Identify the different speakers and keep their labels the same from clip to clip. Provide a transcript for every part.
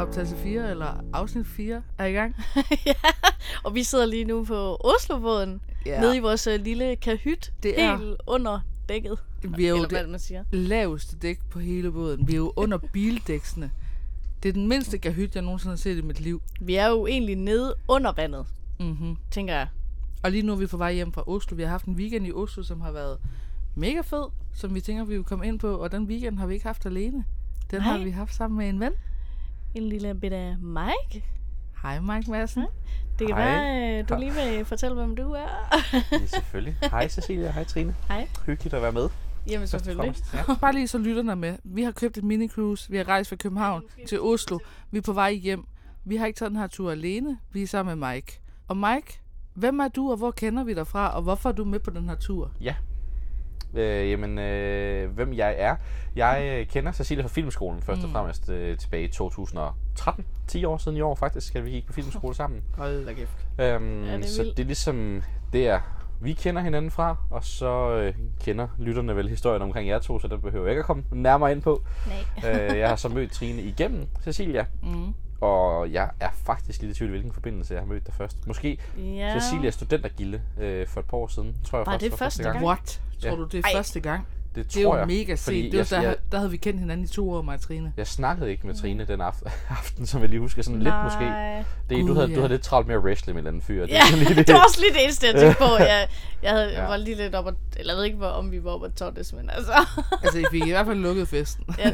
Speaker 1: Optagelse 4, eller afsnit 4, er i gang.
Speaker 2: ja, og vi sidder lige nu på Oslobåden, ja. nede i vores øh, lille kahyt,
Speaker 1: Det
Speaker 2: det
Speaker 1: er-
Speaker 2: er... helt under dækket.
Speaker 1: Vi er jo
Speaker 2: eller hvad
Speaker 1: det
Speaker 2: man siger.
Speaker 1: laveste dæk på hele båden. Vi er jo under bildæksene. Det er den mindste kahyt, jeg nogensinde har set i mit liv.
Speaker 2: Vi er jo egentlig nede under vandet,
Speaker 1: Mm-hmm.
Speaker 2: tænker jeg.
Speaker 1: Og lige nu er vi på vej hjem fra Oslo. Vi har haft en weekend i Oslo, som har været mega fed, som vi tænker, vi vil komme ind på. Og den weekend har vi ikke haft alene. Den Nej. har
Speaker 2: Nej.
Speaker 1: vi haft sammen med en ven.
Speaker 2: En lille bit af Mike.
Speaker 1: Hej Mike Madsen.
Speaker 2: Det kan
Speaker 3: Hej.
Speaker 2: være, øh, du lige vil fortælle, hvem du er.
Speaker 3: Ja, selvfølgelig. Hej Cecilia, hej Trine.
Speaker 2: Hej.
Speaker 3: Hyggeligt at være med.
Speaker 2: Jamen
Speaker 3: først og
Speaker 2: selvfølgelig.
Speaker 3: fremmest. Ja.
Speaker 1: Bare lige så lytterne er med. Vi har købt et minicruise. Vi har rejst fra København til Oslo. Vi er på vej hjem. Vi har ikke taget den her tur alene. Vi er sammen med Mike. Og Mike, hvem er du, og hvor kender vi dig fra, og hvorfor er du med på den her tur?
Speaker 3: Øh, jamen, øh, hvem jeg er? Jeg øh, kender Cecilia fra Filmskolen først og
Speaker 1: Mm.
Speaker 3: fremmest øh, tilbage i 2013. 10 år siden i år faktisk, at vi gik på filmskole sammen.
Speaker 1: Hold da kæft.
Speaker 3: Øhm,
Speaker 2: Ja, det er
Speaker 3: så
Speaker 2: vildt.
Speaker 3: det er ligesom der, vi kender hinanden fra, og så øh, kender lytterne vel historien omkring jer to, så den behøver jeg ikke at komme nærmere ind på.
Speaker 2: Nej.
Speaker 3: øh, jeg har så mødt Trine igennem Cecilia,
Speaker 1: Mm.
Speaker 3: og jeg er faktisk lidt i tvivl, hvilken forbindelse jeg har mødt dig først. Måske
Speaker 2: Ja.
Speaker 3: ja. Cecilia Studentergilde øh, for et par år siden, tror jeg
Speaker 2: Var
Speaker 3: faktisk
Speaker 2: det første gang?
Speaker 1: What? Tror
Speaker 3: Ja.
Speaker 1: du, det er
Speaker 2: Ej.
Speaker 1: første gang?
Speaker 3: Det
Speaker 1: Det er
Speaker 3: tror
Speaker 1: jo
Speaker 3: jeg.
Speaker 1: mega sent.
Speaker 3: fordi
Speaker 1: Det var,
Speaker 3: jeg-
Speaker 1: der,
Speaker 3: jeg-
Speaker 1: der havde vi kendt hinanden i to år, mig og Trine.
Speaker 3: Jeg snakkede ikke med Trine den aften, aften som jeg lige husker sådan lidt måske.
Speaker 2: Nej.
Speaker 3: Det, er,
Speaker 1: Gud,
Speaker 3: du, havde,
Speaker 1: ja.
Speaker 3: du havde lidt travlt med at wrestle med en eller anden fyr. og
Speaker 2: Ja,
Speaker 3: sådan lige
Speaker 2: det var også lige det eneste, jeg tænkte på. Jeg, jeg havde,
Speaker 3: Ja.
Speaker 2: var lige lidt op at, eller jeg ved ikke, hvor- om vi var op at tottes, men altså,
Speaker 1: Altså, vi fik i hvert fald lukket festen.
Speaker 2: ja,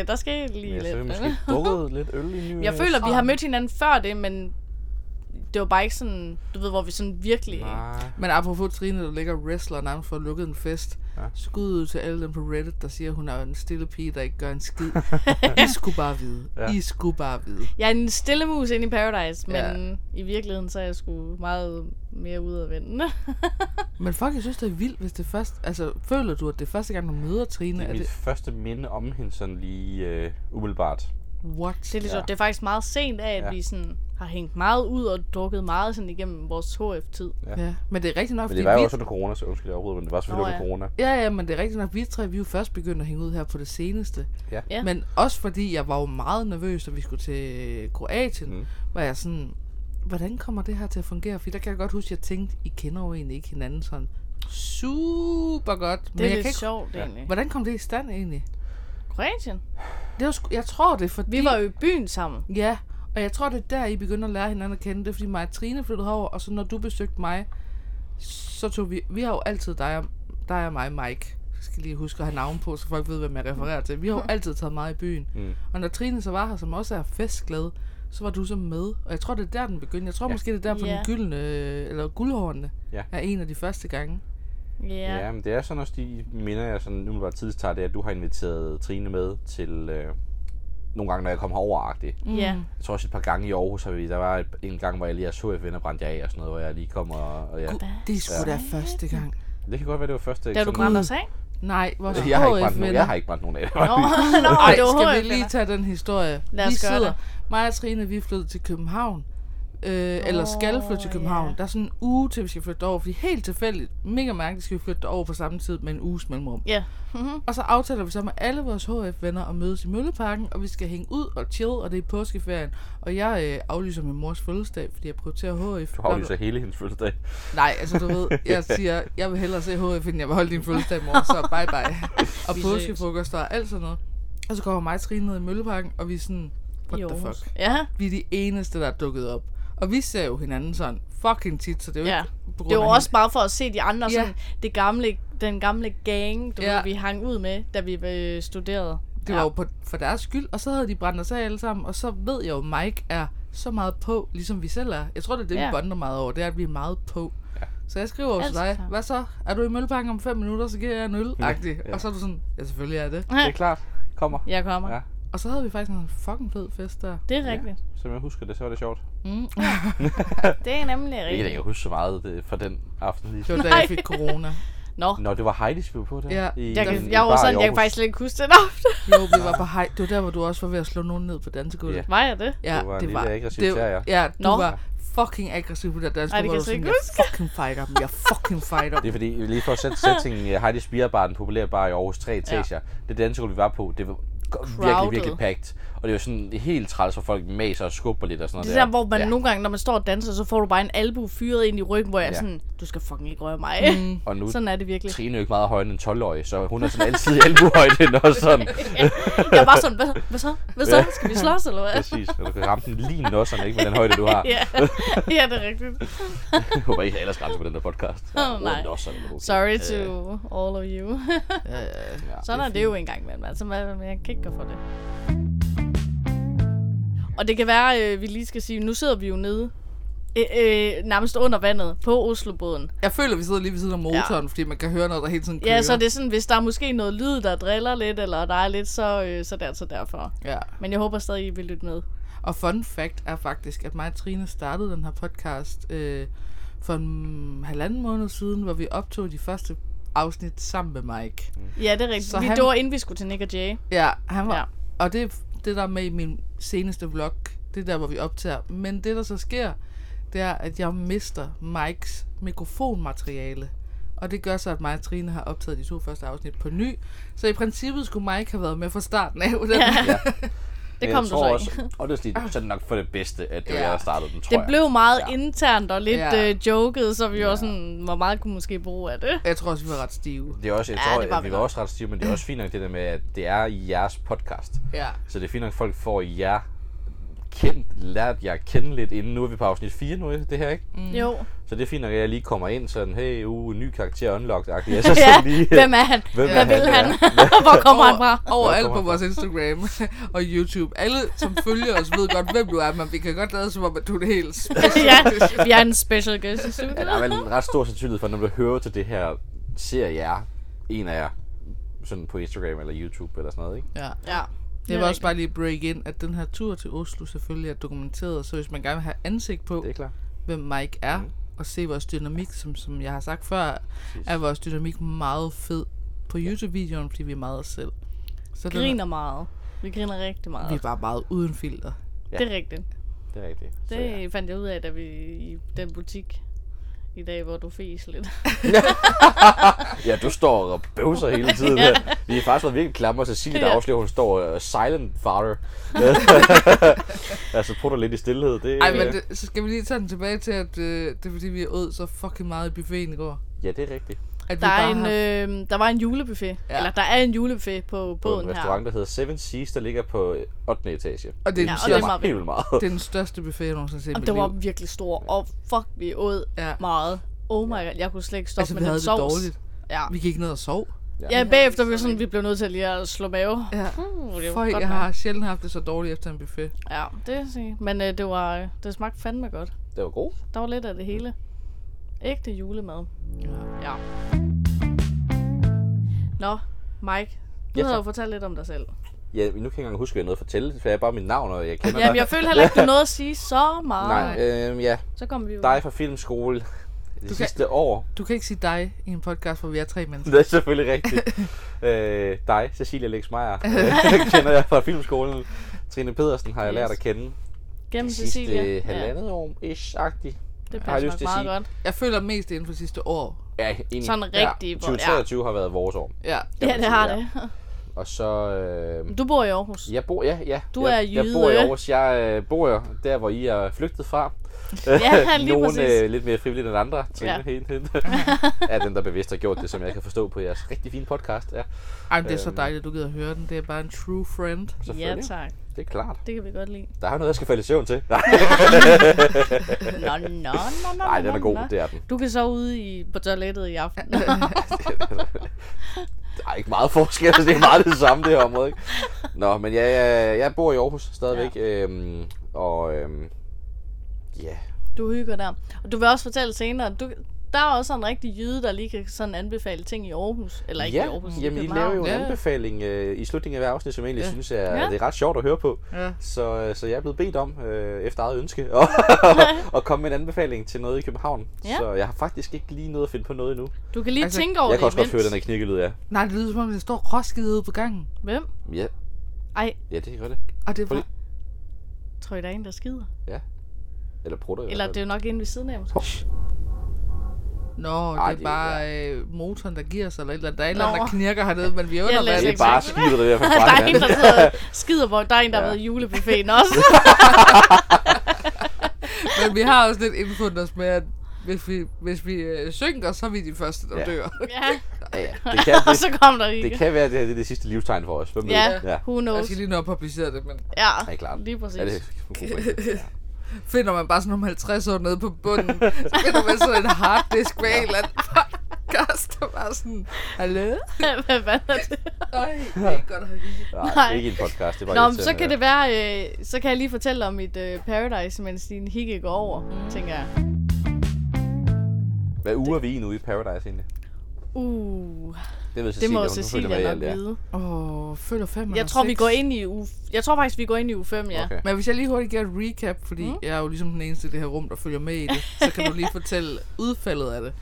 Speaker 2: det, der skete
Speaker 3: Men
Speaker 2: lige
Speaker 3: jeg så
Speaker 2: lidt.
Speaker 3: måske drukket lidt øl i ny og
Speaker 2: Jeg
Speaker 3: næ.
Speaker 2: føler, vi har mødt hinanden før det, men det var bare ikke sådan, du ved, hvor vi sådan virkelig...
Speaker 3: Nej.
Speaker 1: Men apropos Trine, der ligger wrestler nærmest for at lukke en fest. Ja.
Speaker 3: Ja.
Speaker 1: Skud ud til alle dem på Reddit, der siger, at hun er en stille pige, der ikke gør en skid. I skulle bare vide. Ja.
Speaker 3: Ja.
Speaker 1: I skulle bare vide.
Speaker 2: Jeg er en stille mus inde i Paradise, men i virkeligheden så er jeg sgu meget mere ude af vende.
Speaker 1: Men fuck, jeg synes, det er vildt, hvis det først... Altså, føler du, at det er første gang, du møder Trine?
Speaker 3: Det er
Speaker 1: Er
Speaker 3: mit
Speaker 1: det...
Speaker 3: første minde om hende sådan lige øh, umiddelbart.
Speaker 1: What?
Speaker 2: Det er, lidt
Speaker 3: Ja.
Speaker 2: sjovt. det er faktisk meget sent af, at
Speaker 3: Ja.
Speaker 2: vi sådan har hængt meget ud og drukket meget sådan igennem vores HF-tid.
Speaker 3: Ja.
Speaker 1: Ja, men det er rigtigt nok,
Speaker 3: Men
Speaker 1: fordi
Speaker 3: det var jo
Speaker 1: vi...
Speaker 3: også under corona, så undskyld jeg overhovedet, men det var selvfølgelig
Speaker 2: Nå,
Speaker 3: under corona.
Speaker 1: Ja, ja, men det er rigtigt nok, vi tre, vi er jo først begyndt at hænge ud her på det seneste.
Speaker 3: Ja.
Speaker 2: Ja.
Speaker 1: Men også fordi, jeg var jo meget nervøs, da vi skulle til Kroatien, mm.
Speaker 3: Mm.
Speaker 1: hvor jeg sådan, hvordan kommer det her til at fungere? Fordi der kan jeg godt huske, at jeg tænkte, I kender jo egentlig ikke hinanden sådan super godt.
Speaker 2: Det er
Speaker 1: jeg
Speaker 2: lidt
Speaker 1: kan ikke...
Speaker 2: sjovt
Speaker 3: Ja.
Speaker 2: egentlig.
Speaker 1: Hvordan kom det i stand egentlig?
Speaker 2: Kroatien?
Speaker 1: Det var sku... Jeg tror det, er fordi...
Speaker 2: Vi var jo i byen sammen.
Speaker 1: Ja, og jeg tror, det er der, I begynder at lære hinanden at kende. Det er, fordi mig og Trine flyttede herover, og så når du besøgte mig, så tog vi... Vi har jo altid dig og, dig og mig, Mike. Jeg skal lige huske at have navn på, så folk ved, hvem jeg refererer til. Vi har jo altid taget meget i byen.
Speaker 3: Mm.
Speaker 1: Og når Trine så var her, som også er festglad, så var du så med. Og jeg tror, det er der, den begyndte. Jeg tror ja.
Speaker 3: Ja.
Speaker 1: måske, det er der på
Speaker 2: Ja.
Speaker 1: den gyldne... Eller guldhårene
Speaker 3: Ja.
Speaker 1: er en af de første gange.
Speaker 2: Ja.
Speaker 3: Ja.
Speaker 2: ja.
Speaker 3: men det er sådan også de minder, jeg sådan umiddelbart tidligst tager, det er, at du har inviteret Trine med til øh, nogle gange, når jeg kom herover-agtigt.
Speaker 2: ja.
Speaker 3: Jeg tror også et par gange i Aarhus har vi, der var et- en gang, hvor jeg lige har så venner brændte jeg af og sådan noget, hvor jeg lige kom og, og jeg,
Speaker 1: Det er sgu da første gang.
Speaker 3: Det kan godt være, det var første
Speaker 2: Da du
Speaker 3: eksamen.
Speaker 2: brændte os af?
Speaker 1: Nej, vores
Speaker 3: Jeg har ikke brændt nogen,
Speaker 1: HF-venner.
Speaker 3: jeg har ikke brændt nogen af det.
Speaker 2: Nå, nå,
Speaker 1: Ej,
Speaker 2: det var
Speaker 1: skal
Speaker 2: HF
Speaker 1: vi
Speaker 2: -venner.
Speaker 1: lige tage den historie?
Speaker 2: Lad
Speaker 1: vi
Speaker 2: os gøre
Speaker 1: sidder,
Speaker 2: det.
Speaker 1: mig og Trine, vi er flyttet til København. Øh, eller skal
Speaker 2: Nå,
Speaker 1: flytte til København.
Speaker 2: ja.
Speaker 1: Der er sådan en uge til, vi skal flytte over. Fordi helt tilfældigt, mega mærkeligt, skal vi flytte over på samme tid med en uges mellemrum.
Speaker 2: Ja. Mm.
Speaker 1: Og så aftaler vi så med alle vores HF-venner at mødes i Mølleparken, og vi skal hænge ud og chill, og det er påskeferien. Og jeg øh, aflyser min mors fødselsdag, fordi jeg prioriterer HF.
Speaker 3: Du har jo så hele hendes fødselsdag.
Speaker 1: Nej, altså du ved, jeg siger, jeg vil hellere se HF, end jeg vil holde din fødselsdag, mor, så bye bye. Og
Speaker 2: Vi ses.
Speaker 1: påskefrokoster og alt sådan noget. Og så kommer mig og Trine ned i Mølleparken, og vi er sådan, what
Speaker 2: I
Speaker 1: the
Speaker 2: Aarhus.
Speaker 1: fuck.
Speaker 2: Ja.
Speaker 1: Vi er de eneste, der er dukket op. Og vi ser jo hinanden sådan fucking tit, så det er jo
Speaker 2: Ja.
Speaker 1: ikke på grund
Speaker 2: Det var
Speaker 1: af
Speaker 2: også bare for at se de andre,
Speaker 1: Ja.
Speaker 2: sådan, det gamle, den gamle gang, du
Speaker 1: Ja.
Speaker 2: ja. ved, vi hang ud med, da vi øh, studerede.
Speaker 1: hende. Det var jo på, for deres skyld, og så havde de brændt os af alle sammen, og så ved jeg jo, Mike er så meget på, ligesom vi selv er. Jeg tror, det er det, vi
Speaker 2: Ja.
Speaker 1: bonder meget over, det er, at vi er meget på. Så jeg skriver jo til
Speaker 2: Altså,
Speaker 1: dig,
Speaker 2: klar.
Speaker 1: hvad så? Er du i Mølleparken om 5 minutter, så giver jeg en øl
Speaker 3: Ja.
Speaker 1: Og så er du sådan, ja, selvfølgelig er jeg det.
Speaker 2: Ja.
Speaker 3: Det er klart. Kommer.
Speaker 2: Jeg kommer. Ja.
Speaker 3: Ja.
Speaker 1: Og så havde vi faktisk en fucking fed fest der.
Speaker 2: Det er rigtigt.
Speaker 3: Som jeg husker det, så var det sjovt.
Speaker 1: Mm.
Speaker 2: Ja. Det er nemlig
Speaker 3: Jeg kan ikke
Speaker 2: rigtigt.
Speaker 3: huske så meget øh, fra den aften. Lige.
Speaker 1: Det var da
Speaker 2: Nej.
Speaker 1: jeg fik corona.
Speaker 2: Nå,
Speaker 3: Nå, det var Heidi's, vi var på der.
Speaker 1: Ja.
Speaker 3: I,
Speaker 2: jeg,
Speaker 3: en
Speaker 2: kan, jeg
Speaker 3: bar
Speaker 2: var
Speaker 3: i
Speaker 2: sådan, jeg kan
Speaker 3: Aarhus.
Speaker 2: faktisk slet ikke huske det ofte.
Speaker 1: Jo, vi var på hej. Det var der, hvor du også var ved at slå nogen ned på dansegulvet.
Speaker 3: Ja.
Speaker 2: Var jeg det?
Speaker 1: Ja,
Speaker 3: Du var en lille aggressiv
Speaker 1: det,
Speaker 3: terrier.
Speaker 1: Ja, du
Speaker 2: Nå.
Speaker 1: var fucking aggressiv på det der
Speaker 2: Ej, det
Speaker 1: dansegulv.
Speaker 2: kan
Speaker 1: hvor
Speaker 2: jeg
Speaker 1: du
Speaker 2: slet
Speaker 1: sådan, Jeg fucking
Speaker 2: ikke
Speaker 1: fighter dem. Jeg fucking fighter
Speaker 3: Det
Speaker 1: dem.
Speaker 3: er fordi, lige for at sætte sætningen, uh, Heidi's Beer Bar, den populære bar i Aarhus, tre etager. Det dansegulv, vi var på, det var virkelig, virkelig packed. Og det er jo sådan helt træls, hvor folk maser og skubber lidt og sådan
Speaker 2: Det
Speaker 3: noget
Speaker 2: er der, hvor man ja. nogle gange, når man står og danser, så får du bare en albu fyret ind i ryggen, hvor jeg er
Speaker 3: Ja.
Speaker 2: sådan, du skal fucking ikke røre mig. Mm.
Speaker 3: Og nu
Speaker 2: Sådan er det virkelig.
Speaker 3: Trine er jo ikke meget højere end en 12-årig, så hun er sådan altid i albuhøjde, og sådan.
Speaker 2: Jeg var sådan, hvad, hvad så? Hvad så? Skal vi slås, eller hvad?
Speaker 3: Præcis, og du kan ramme den lige i nosserne, ikke med den højde, du har.
Speaker 2: ja. ja, det er rigtigt.
Speaker 3: Jeg håber ikke, der er ellers grænser på den der podcast.
Speaker 2: Åh, nej.
Speaker 3: Nosserne, okay.
Speaker 2: Sorry to all of you.
Speaker 3: Ja.
Speaker 2: sådan er det jo engang imellem. Altså, man, man kan ikke gøre for det. Og det kan være, øh, vi lige skal sige, nu sidder vi jo nede, øh, øh, nærmest under vandet, på Oslobåden.
Speaker 1: Jeg føler, vi sidder lige ved siden af motoren, ja. fordi man kan høre noget, der hele tiden kører.
Speaker 2: Ja, så det er sådan, hvis der er måske noget lyd, der driller lidt, eller der er lidt, så, øh, så det er altså derfor.
Speaker 1: Ja.
Speaker 2: Men jeg håber stadig, I vil lytte med.
Speaker 1: Og fun fact er faktisk, at mig og Trine startede den her podcast øh, for en halvanden måned siden, hvor vi optog de første afsnit sammen med Mike.
Speaker 2: Ja, det er rigtigt.
Speaker 1: Så
Speaker 2: Så vi,
Speaker 1: han-
Speaker 2: han... Det var inden vi skulle til Nick og Jay.
Speaker 1: Ja, han var...
Speaker 2: Ja.
Speaker 1: Ja. Og det er f- det, der er med i min seneste vlog. Det er der, hvor vi optager. Men det, der så sker, det er, at jeg mister Mikes mikrofonmateriale. Og det gør så, at mig og Trine har optaget de to første afsnit på ny. Så i princippet skulle Mike have været med fra starten af. Ja.
Speaker 2: Det
Speaker 3: Men
Speaker 2: kom
Speaker 3: jeg
Speaker 2: du
Speaker 3: tror
Speaker 2: så ikke.
Speaker 3: også, og det er sådan- sådan nok for det bedste, at det var
Speaker 1: Ja.
Speaker 3: jeg, der startede den, tror
Speaker 2: Det
Speaker 3: jeg.
Speaker 2: blev meget
Speaker 3: Ja.
Speaker 2: ja. internt og lidt
Speaker 1: Ja.
Speaker 2: ja. øh, joket, så vi ja. var sådan, hvor meget kunne måske bruge af det.
Speaker 1: Jeg tror også, vi var ret stive.
Speaker 3: Det er også, jeg
Speaker 2: Ja,
Speaker 3: tror,
Speaker 2: det
Speaker 3: det
Speaker 2: var
Speaker 3: at vi
Speaker 2: vi
Speaker 3: var
Speaker 2: nok.
Speaker 3: også ret stive, men det er også fint nok det der med, at det er jeres podcast.
Speaker 1: Ja.
Speaker 3: Så det er fint nok, at folk får jer kendt, lært jer at kende lidt inden. Nu er vi på afsnit 4 nu, ikke? det her, ikke?
Speaker 2: Mm. Jo.
Speaker 3: Så det er fint nok, at jeg lige kommer ind sådan, hey, uh, ny karakter unlocked-agtig. Jeg så
Speaker 2: Ja,
Speaker 3: sådan lige, øh,
Speaker 2: hvem er han?
Speaker 3: hvem
Speaker 2: Hvad vil han? Hvor kommer han fra?
Speaker 1: Overalt
Speaker 3: Hvor
Speaker 1: på
Speaker 3: kommer
Speaker 1: vores Instagram og YouTube. Alle, som følger os, ved godt, hvem du er, men vi kan godt lade som om, at du er det helt
Speaker 2: ja, vi er en special guest i studiet.
Speaker 3: Ja, der er vel en ret stor sandsynlighed for, at når du hører til det her, ser jer, en af jer, sådan på Instagram eller YouTube eller sådan noget, ikke?
Speaker 1: Ja.
Speaker 2: Ja.
Speaker 1: Jeg vil også bare lige break in, at den her tur til Oslo selvfølgelig er dokumenteret, så hvis man gerne vil have ansigt på,
Speaker 3: Det er klart.
Speaker 1: hvem Mike er, mm. og se vores dynamik, som, som jeg har sagt før, er vores dynamik meget fed på YouTube-videoen, fordi vi er meget os selv. Så den er-
Speaker 2: griner meget. Vi griner rigtig meget.
Speaker 1: vi er bare meget uden filter.
Speaker 2: Det er rigtigt.
Speaker 3: Det er rigtigt. Så, ja.
Speaker 2: Det fandt jeg ud af, da vi i den butik i dag, hvor du fes lidt.
Speaker 3: Ja, du står og bøvser hele tiden. ja. Vi har faktisk været virkelig klamme, og Cecilie, der
Speaker 2: Ja.
Speaker 3: afslører, hun står og silent father. altså putter lidt i stillhed. Det,
Speaker 1: Ej, men det, så skal vi lige tage den tilbage til, at øh, det er fordi, vi åd så fucking meget i buffeten i går.
Speaker 3: Ja, det er rigtigt.
Speaker 1: At
Speaker 2: Der,
Speaker 1: vi
Speaker 2: er
Speaker 1: bare
Speaker 2: en,
Speaker 1: har...
Speaker 2: øh, der var en julebuffet.
Speaker 1: Ja.
Speaker 2: Ja. Eller der er en julebuffet på
Speaker 3: På en
Speaker 2: båden her.
Speaker 3: restaurant, der hedder Seven Seas, der ligger på øh, 8. etage.
Speaker 1: Og det er,
Speaker 2: Ja,
Speaker 1: ja,
Speaker 2: og
Speaker 1: den, det,
Speaker 2: det er meget
Speaker 3: Helt vildt meget.
Speaker 1: det er den største buffet, jeg nogensinde har set i
Speaker 2: Og
Speaker 1: mit
Speaker 2: det var
Speaker 1: liv.
Speaker 2: virkelig stor. Og fuck, vi åd
Speaker 1: Ja.
Speaker 2: ja. meget. Oh my god, jeg kunne slet ikke stoppe
Speaker 1: Altså, vi
Speaker 2: med
Speaker 1: havde
Speaker 2: den
Speaker 1: det
Speaker 2: sovs.
Speaker 1: dårligt.
Speaker 2: Ja.
Speaker 1: Vi gik ned og sov.
Speaker 2: ja, bagefter vi var sådan, vi blev nødt til at lige at slå mave.
Speaker 1: Ja.
Speaker 2: Uh, det var
Speaker 1: Føj,
Speaker 2: godt
Speaker 1: jeg
Speaker 2: nok.
Speaker 1: har sjældent haft det så dårligt efter en buffet.
Speaker 2: Ja, det er sige. Men øh, det, var, øh, det smagte fandme godt.
Speaker 3: Det var god.
Speaker 2: Der var lidt af det hele. Ægte julemad.
Speaker 1: Ja.
Speaker 2: Ja. Nå, Mike. Du
Speaker 3: Ja,
Speaker 2: yes, havde
Speaker 3: tak.
Speaker 2: jo fortalt lidt om dig selv.
Speaker 3: Ja, nu kan jeg ikke engang huske, hvad jeg nåede at fortælle, for jeg er bare mit navn, og jeg kender
Speaker 2: Ja, men
Speaker 3: dig.
Speaker 2: jeg føler heller ikke, du nåede at sige så meget.
Speaker 3: Nej, øh, ja,
Speaker 2: Så kom vi jo.
Speaker 3: dig fra filmskole det
Speaker 1: kan-
Speaker 3: sidste år.
Speaker 1: Du kan ikke sige dig i en podcast, hvor vi er tre mennesker.
Speaker 3: Det er selvfølgelig rigtigt. øh, dig, Cecilia Lex Meyer, øh, kender jeg fra filmskolen. Trine Pedersen har jeg lært at kende
Speaker 2: Gennem
Speaker 3: de
Speaker 2: Cecilia.
Speaker 3: sidste halvandet år, ish-agtigt.
Speaker 2: det
Speaker 3: har jeg
Speaker 2: passer
Speaker 3: lyst
Speaker 2: nok
Speaker 3: til at
Speaker 2: meget
Speaker 3: sige.
Speaker 2: godt.
Speaker 1: Jeg føler mest inden for sidste år.
Speaker 3: Ja, egentlig.
Speaker 2: Sådan rigtig,
Speaker 3: Ja.
Speaker 2: hvor-
Speaker 3: 2023 har været vores år.
Speaker 1: Ja.
Speaker 2: Ja, det har det.
Speaker 3: Og så... Øh,
Speaker 2: Du bor i Aarhus.
Speaker 3: jeg bor, ja, ja.
Speaker 2: Du
Speaker 3: jeg,
Speaker 2: er
Speaker 3: Jeg
Speaker 2: jyde.
Speaker 3: bor i Aarhus. Jeg øh, bor jo der, hvor I er flygtet fra.
Speaker 2: Ja, lige
Speaker 3: Nogle
Speaker 2: præcis.
Speaker 3: lidt mere frivillige end andre. Trine, ja.
Speaker 2: Ja.
Speaker 3: hende, hende. er den, der bevidst har gjort det, som jeg kan forstå på jeres rigtig fine podcast. Ja,
Speaker 1: Ej, men det er så dejligt, at du gider at høre den. Det er bare en true friend.
Speaker 2: Ja,
Speaker 3: selvfølgelig.
Speaker 2: tak.
Speaker 3: det er klart.
Speaker 2: Det kan vi godt lide.
Speaker 3: Der er jo noget, jeg skal falde i søvn til. Nej,
Speaker 2: Nå, nå, nå, nå, nå,
Speaker 3: nej den er
Speaker 2: nå,
Speaker 3: god.
Speaker 2: nå.
Speaker 3: Det er den.
Speaker 2: Du kan sove ude i, på toilettet i aften.
Speaker 3: Der er ikke meget forskel, altså, det er meget det samme det her område. Ikke? Nå, men jeg, jeg, jeg bor i Aarhus stadigvæk, ja. øhm, og øhm, ja,
Speaker 2: Du hygger der. Og du vil også fortælle senere, at du, der er også en rigtig jyde, der lige kan sådan anbefale ting i Aarhus. Eller ikke
Speaker 3: ja,
Speaker 2: i Aarhus,
Speaker 3: jamen, I
Speaker 2: i
Speaker 3: laver jo en
Speaker 1: Ja.
Speaker 3: anbefaling øh, i slutningen af hver afsnit, som jeg egentlig ja. synes er,
Speaker 2: Ja.
Speaker 3: det er ret sjovt at høre på.
Speaker 1: Ja.
Speaker 3: Så, øh, så jeg er blevet bedt om, øh, efter eget ønske, at- at komme med en anbefaling til noget i København.
Speaker 2: Ja.
Speaker 3: Så jeg har faktisk ikke lige noget at finde på noget endnu.
Speaker 2: Du kan lige
Speaker 1: Altså,
Speaker 2: altså, tænke over
Speaker 3: jeg
Speaker 2: det
Speaker 3: kan også godt
Speaker 2: imens.
Speaker 3: høre den her knirkelyd, ja.
Speaker 1: Nej, det lyder som om, der står Roskilde ude på gangen.
Speaker 2: Hvem?
Speaker 3: Ja,
Speaker 2: Ej,
Speaker 3: ja det gør det.
Speaker 1: Og det er
Speaker 3: Prøv
Speaker 1: bare...
Speaker 2: tror I, der er en, der skider?
Speaker 3: Eller prutter i hvert
Speaker 2: Eller
Speaker 3: fald.
Speaker 2: det er jo nok inde ved siden af måske.
Speaker 1: Nå,
Speaker 3: Ej,
Speaker 1: Ej, det
Speaker 3: det
Speaker 1: er
Speaker 3: er-
Speaker 1: bare øh, motoren, der giver sig, eller et eller andet. Der er et eller
Speaker 2: Nå.
Speaker 1: andet, der knirker hernede, men vi er
Speaker 2: Jeg
Speaker 1: under
Speaker 2: læser
Speaker 3: Det
Speaker 1: vand.
Speaker 3: er bare
Speaker 2: Sex.
Speaker 3: skidt, der er
Speaker 2: der er en,
Speaker 3: forbrændende.
Speaker 2: der sidder og skider, hvor der er en, der har
Speaker 3: Ja.
Speaker 2: været i julebuffeten også.
Speaker 1: Men vi har også lidt indfundet os med, at hvis vi, hvis vi øh, synker, så er vi de første, der
Speaker 3: Ja.
Speaker 1: ja. dør.
Speaker 2: ja.
Speaker 3: Ja, ja. Det kan,
Speaker 2: Og
Speaker 3: det,
Speaker 2: så kom der ikke.
Speaker 3: det kan være, at det her det er det sidste livstegn for os. Hvem ved?
Speaker 2: Ja,
Speaker 3: ja.
Speaker 2: who
Speaker 1: Jeg
Speaker 2: knows.
Speaker 1: skal lige nå at publicere det, men
Speaker 2: Ja,
Speaker 3: Ja, klart.
Speaker 2: lige præcis.
Speaker 3: Ja, det er ja.
Speaker 1: finder man bare sådan om 50 år nede på bunden, så finder man sådan en harddisk med en eller anden podcast, der bare sådan, hallo?
Speaker 2: Hvad fanden er det?
Speaker 1: Nej, det er ikke godt at have rigtigt.
Speaker 3: Nej,
Speaker 2: Nej.
Speaker 3: Nej, ikke en podcast. Det var
Speaker 2: Nå, men så kan det være, øh, så kan jeg lige fortælle om mit øh, Paradise, mens din hikke går over,
Speaker 3: Mm.
Speaker 2: tænker jeg.
Speaker 3: Hvad uge er vi i nu i Paradise egentlig?
Speaker 2: Uh,
Speaker 3: Det ved Cecilia,
Speaker 2: det må
Speaker 3: hun følger med i
Speaker 2: Cecilia
Speaker 3: alt,
Speaker 2: nok
Speaker 3: ja.
Speaker 2: vide.
Speaker 1: Åh, føler fem
Speaker 2: Jeg tror, vi går ind i u... Jeg tror faktisk, vi går ind i u 5, ja.
Speaker 3: Okay.
Speaker 1: Men hvis jeg lige hurtigt giver et recap, fordi mm. jeg er jo ligesom den eneste i det her rum, der følger med i det, så kan du lige fortælle udfaldet af det.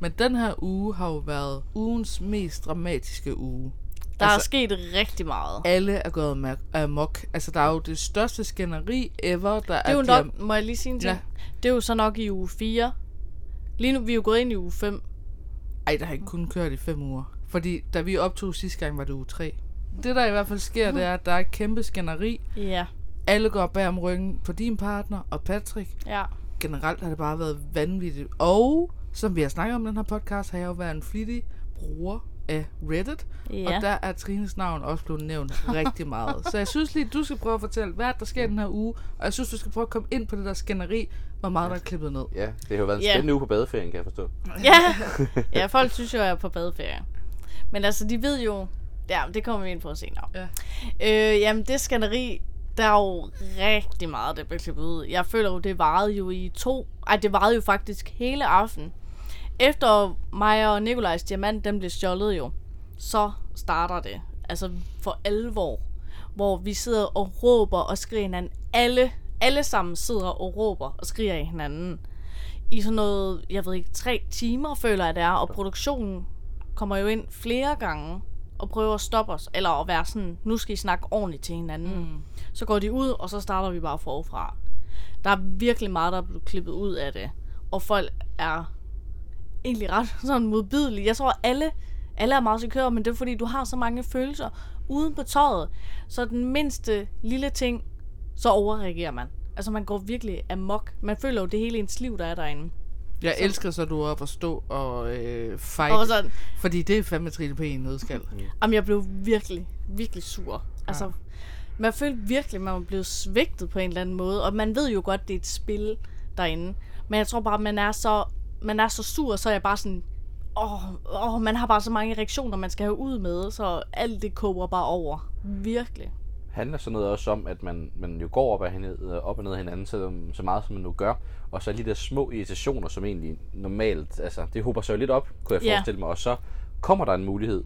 Speaker 1: Men den her uge har jo været ugens mest dramatiske uge.
Speaker 2: Der er
Speaker 1: Altså-
Speaker 2: sket rigtig meget.
Speaker 1: Alle er gået ma- amok. Altså, der er jo det største skænderi ever. Der det
Speaker 2: Det er jo nok, må jeg lige sige en ting?
Speaker 1: Ja.
Speaker 2: Det er jo så nok i uge 4. Lige nu, vi er jo gået ind i uge 5.
Speaker 1: Ej, der har ikke kun kørt i fem uger. Fordi da vi optog sidste gang, var det uge 3. Det, der i hvert fald sker, det er, at der er et kæmpe skænderi.
Speaker 2: Ja,
Speaker 1: Alle går bag om ryggen på din partner og Patrick.
Speaker 2: ja.
Speaker 1: generelt har det bare været vanvittigt. Og som vi har snakket om i den her podcast, har jeg jo været en flittig bruger af Reddit.
Speaker 2: Ja.
Speaker 1: Og der er Trines navn også blevet nævnt rigtig meget. Så jeg synes lige, du skal prøve at fortælle, hvad er det, der sker den her uge. Og jeg synes, du skal prøve at komme ind på det der skænderi, hvor meget der er klippet ned.
Speaker 3: Ja, det har jo været en
Speaker 2: Ja.
Speaker 3: spændende uge på badeferien, kan jeg forstå.
Speaker 2: Ja. ja, folk synes jo, jeg er på badeferie. Men altså, de ved jo... Ja, det kommer vi ind på senere.
Speaker 1: Ja.
Speaker 2: Øh, jamen, det skænderi, der er jo rigtig meget, der bliver klippet ud. Jeg føler jo, det varede jo i to... Ej, det varede jo faktisk hele aften. Efter mig og Nikolajs diamant, den blev stjålet jo, så starter det. Altså for alvor. Hvor vi sidder og råber og skriger hinanden. Alle, alle sammen sidder og råber og skriger i hinanden i sådan noget, jeg ved ikke, tre timer, føler jeg det er, og produktionen kommer jo ind flere gange og prøver at stoppe os, eller at være sådan, nu skal I snakke ordentligt til hinanden. Mm. Så går de ud, og så starter vi bare forfra. Der er virkelig meget, der er blevet klippet ud af det, og folk er egentlig ret sådan modbydelige. Jeg tror, alle, alle er meget sikre, men det er fordi, du har så mange følelser uden på tøjet, så den mindste lille ting, så overreagerer man. Altså man går virkelig amok. Man føler jo det er hele ens liv, der er derinde.
Speaker 1: Jeg elsker så, du er op at stå og øh, fight.
Speaker 2: Og sådan,
Speaker 1: Fordi det er fandme Trine på en nødskal.
Speaker 2: jamen jeg blev virkelig, virkelig sur. Altså, man følte virkelig, man var blevet svigtet på en eller anden måde. Og man ved jo godt, det er et spil derinde. Men jeg tror bare, man er så, man er så sur, så er jeg bare sådan, åh, åh, man har bare så mange reaktioner, man skal have ud med. Så alt det koger bare over. Virkelig.
Speaker 3: handler sådan noget også om, at man, man jo går op, af hinanden, øh, op og ned af hinanden så, så meget, som man nu gør. Og så lige der små irritationer, som egentlig normalt, altså det hober sig jo lidt op, kunne jeg
Speaker 2: Ja.
Speaker 3: forestille mig. Og så kommer der en mulighed,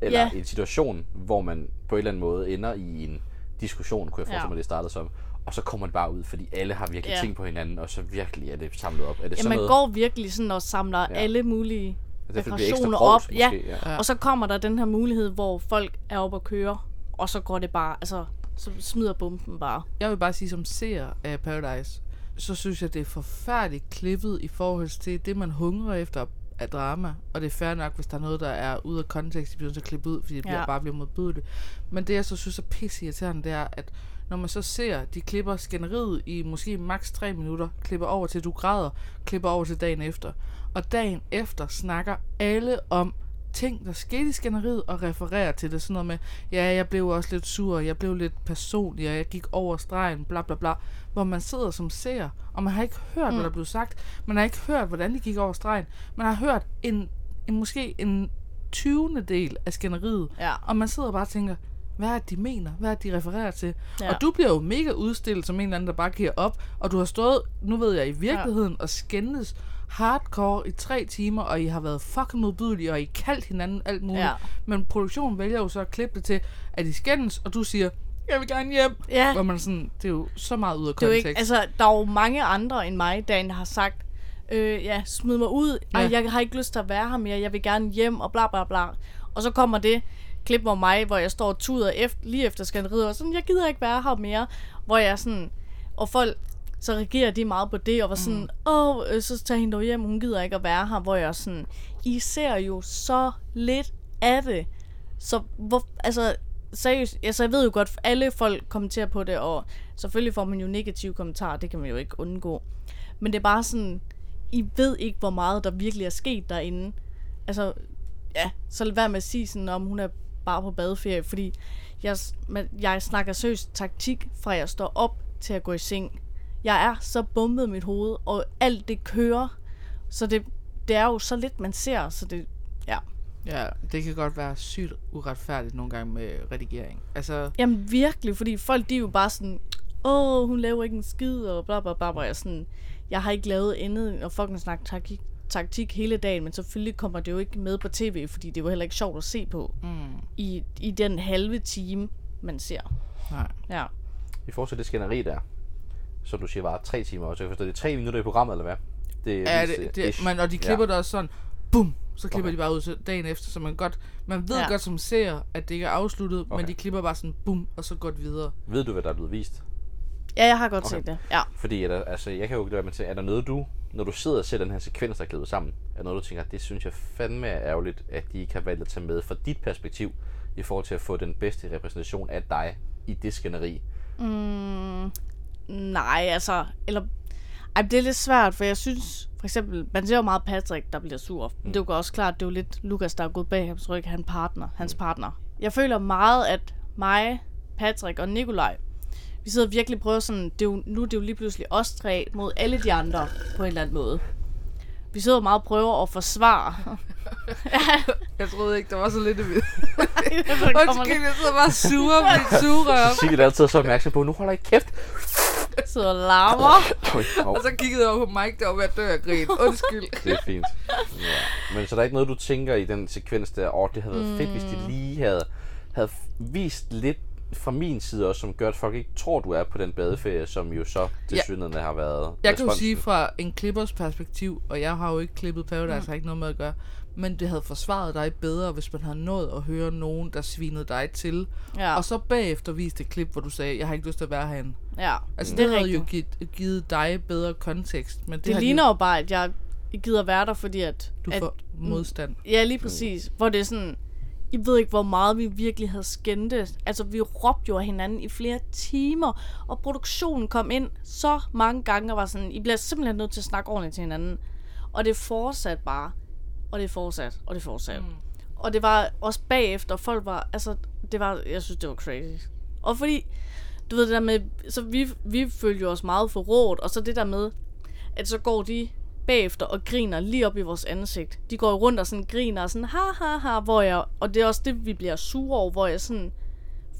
Speaker 3: eller
Speaker 2: Ja.
Speaker 3: en situation, hvor man på en eller anden måde ender i en diskussion, kunne jeg forestille
Speaker 2: Ja.
Speaker 3: mig, det startede som. Og så kommer det bare ud, fordi alle har virkelig
Speaker 2: Ja.
Speaker 3: tænkt på hinanden, og så virkelig er det samlet op. Er det
Speaker 2: Ja,
Speaker 3: sådan
Speaker 2: man
Speaker 3: noget?
Speaker 2: går virkelig sådan og samler ja. alle mulige
Speaker 3: det bliver ekstra
Speaker 2: aggressioner op.
Speaker 3: grovt,
Speaker 2: Ja.
Speaker 3: måske,
Speaker 2: ja. Og så kommer der den her mulighed, hvor folk er oppe at køre, og så går det bare, altså, så smider bomben bare.
Speaker 1: Jeg vil bare sige, som ser af Paradise, så synes jeg, det er forfærdeligt klippet i forhold til det, man hungrer efter af drama. Og det er fair nok, hvis der er noget, der er ude af kontekst, det bliver så klippet ud, fordi det
Speaker 2: Ja.
Speaker 1: ja. bare bliver modbydeligt. Men det, jeg så synes er pisseirriterende, det er, at når man så ser, de klipper skænderiet i måske maks 3 minutter, klipper over til, du græder, klipper over til dagen efter. Og dagen efter snakker alle om, ting, der skete i skænderiet, og refererer til det. Sådan noget med, ja, jeg blev også lidt sur, jeg blev lidt personlig, og jeg gik over stregen, bla bla bla. Hvor man sidder som ser, og man har ikke hørt, mm. hvad der blev sagt. Man har ikke hørt, hvordan de gik over stregen. Man har hørt en, en måske en 20. del af skænderiet,
Speaker 2: Ja.
Speaker 1: og man sidder bare og tænker, hvad er det, de mener? Hvad er det, de refererer til?
Speaker 2: Ja.
Speaker 1: Ja. Og du bliver jo mega udstillet som en eller anden, der bare giver op. Og du har stået, nu ved jeg, i virkeligheden ja. og skændes hardcore i tre timer, og I har været fucking modbydelige, og I kaldt hinanden alt muligt.
Speaker 2: Ja.
Speaker 1: Ja. Men produktionen vælger jo så at klippe det til, at I skændes, og du siger, jeg vil gerne hjem.
Speaker 2: Ja.
Speaker 1: Hvor man er sådan, det er jo så meget ud af
Speaker 2: Det er jo
Speaker 1: kontekst.
Speaker 2: ikke, altså, der er jo mange andre end mig, der har sagt, øh, ja, smid mig ud, Ej,
Speaker 1: Ja.
Speaker 2: jeg har ikke lyst til at være her mere, jeg vil gerne hjem, og bla bla bla. Og så kommer det klip hvor mig, hvor jeg står og tuder efter, lige efter skænderiet, og sådan, jeg gider ikke være her mere, hvor jeg sådan, og folk så reagerer de meget på det, og var sådan, mm. åh, øh, så tager hende dog hjem, hun gider ikke at være her, hvor jeg er sådan, I ser jo så lidt af det. Så hvor, altså, seriøst, altså, jeg ved jo godt, alle folk kommenterer på det, og selvfølgelig får man jo negative kommentarer, det kan man jo ikke undgå. Men det er bare sådan, I ved ikke, hvor meget der virkelig er sket derinde. Altså, ja, så lad være med at sige sådan, om hun er bare på badeferie, fordi jeg, men jeg snakker seriøst taktik fra jeg står op til at gå i seng. Jeg er så bumpet i mit hoved, og alt det kører, så det, det er jo så lidt, man ser, så det, ja.
Speaker 1: Ja, det kan godt være sygt uretfærdigt nogle gange med redigering. Altså,
Speaker 2: Jamen virkelig, fordi folk de er jo bare sådan, åh, hun laver ikke en skid, og bla bla bla, bla. Jeg, er sådan, jeg har ikke lavet andet end at fucking snakke taktik, taktik hele dagen, men selvfølgelig kommer det jo ikke med på tv, fordi det er jo heller ikke sjovt at se på
Speaker 1: Mm.
Speaker 2: i, i den halve time, man ser.
Speaker 1: nej.
Speaker 2: Ja.
Speaker 3: I forhold til det skænderi der, som du siger var tre timer, og så kan jeg forstå, det er tre minutter i programmet, eller hvad? Det
Speaker 1: Ja,
Speaker 3: vist,
Speaker 1: det,
Speaker 3: øh,
Speaker 1: det,
Speaker 3: ish.
Speaker 1: men, og de klipper
Speaker 3: ja.
Speaker 1: ja. det også sådan, bum, så klipper
Speaker 3: Okay.
Speaker 1: okay. de bare ud til dagen efter, så man godt, man ved
Speaker 2: Ja.
Speaker 1: ja. godt som ser, at det ikke er afsluttet, okay.
Speaker 3: Okay.
Speaker 1: men de klipper bare sådan, bum, og så går det videre.
Speaker 3: Ved du, hvad der er blevet vist?
Speaker 2: ja, jeg har godt okay.
Speaker 3: Okay.
Speaker 2: set det. Ja.
Speaker 3: Fordi er der, altså, jeg kan jo ikke lade være med til, er der noget du, når du sidder og ser den her sekvens, der er klippet sammen, er der noget, du tænker, det synes jeg fandme er ærgerligt, at de ikke har valgt at tage med fra dit perspektiv, i forhold til at få den bedste repræsentation af dig i det skænderi.
Speaker 2: Nej, altså, eller... Ej, det er lidt svært, for jeg synes, for eksempel, man ser jo meget Patrick, der bliver sur.
Speaker 1: Mm.
Speaker 2: Men det er jo også klart, det er jo lidt Lukas, der er gået bag hans ryg, han partner, hans
Speaker 1: Mm.
Speaker 2: partner. Jeg føler meget, at mig, Patrick og Nikolaj, vi sidder og virkelig og prøver sådan, det er jo, nu er det jo lige pludselig os tre mod alle de andre på en eller anden måde. Vi sidder meget og prøver at forsvare.
Speaker 1: Jeg troede ikke, der var så lidt i det.
Speaker 2: Så kommer
Speaker 1: Undskyld, jeg sidder bare sure med mit sugerør,
Speaker 3: Cecilie er altid så opmærksom på, nu holder I kæft!
Speaker 2: lige- sidder og larmer.
Speaker 3: Øj, hov,
Speaker 1: og så kiggede jeg over på Mike, der var ved at dø af grin. Undskyld.
Speaker 3: det er fint. Ja. Men så er der ikke noget, du tænker i den sekvens der, åh, det havde været fedt, hvis
Speaker 1: Mm.
Speaker 3: de lige havde, havde vist lidt fra min side også, som gør, at folk ikke tror, du er på den badeferie, som jo så til ja. har været
Speaker 1: Jeg kan jo
Speaker 3: responsen.
Speaker 1: sige fra en klippers perspektiv, og jeg har jo ikke klippet Paradise, mm. har ikke noget med at gøre, men det havde forsvaret dig bedre, hvis man havde nået at høre nogen, der svinede dig til.
Speaker 2: Ja.
Speaker 1: Og så bagefter viste et klip, hvor du sagde, jeg har ikke lyst til at være herinde.
Speaker 2: Ja,
Speaker 1: Altså,
Speaker 2: Mm.
Speaker 1: det, det
Speaker 2: er
Speaker 1: havde jo givet, givet dig bedre kontekst, men det,
Speaker 2: Det,
Speaker 1: har
Speaker 2: det
Speaker 1: de
Speaker 2: ligner
Speaker 1: jo,
Speaker 2: jo bare, at jeg ikke gider være der, fordi at...
Speaker 1: du
Speaker 2: at Mm.
Speaker 1: får modstand.
Speaker 2: Ja, lige præcis. Hvor det er sådan... I ved ikke, hvor meget vi virkelig havde skændtes. Altså, vi råbte jo af hinanden i flere timer, og produktionen kom ind så mange gange og var sådan, I bliver simpelthen nødt til at snakke ordentligt til hinanden. Og det fortsat bare. Og det fortsat, og det fortsat. Mm. Og det var også bagefter, folk var, altså, det var, jeg synes, det var crazy. Og fordi, du ved det der med, så vi, vi følte jo os meget for råd, og så det der med, at så går de bagefter og griner lige op i vores ansigt. De går jo rundt og sådan griner og sådan, ha ha ha, hvor jeg, og det er også det, vi bliver sure over, hvor jeg sådan,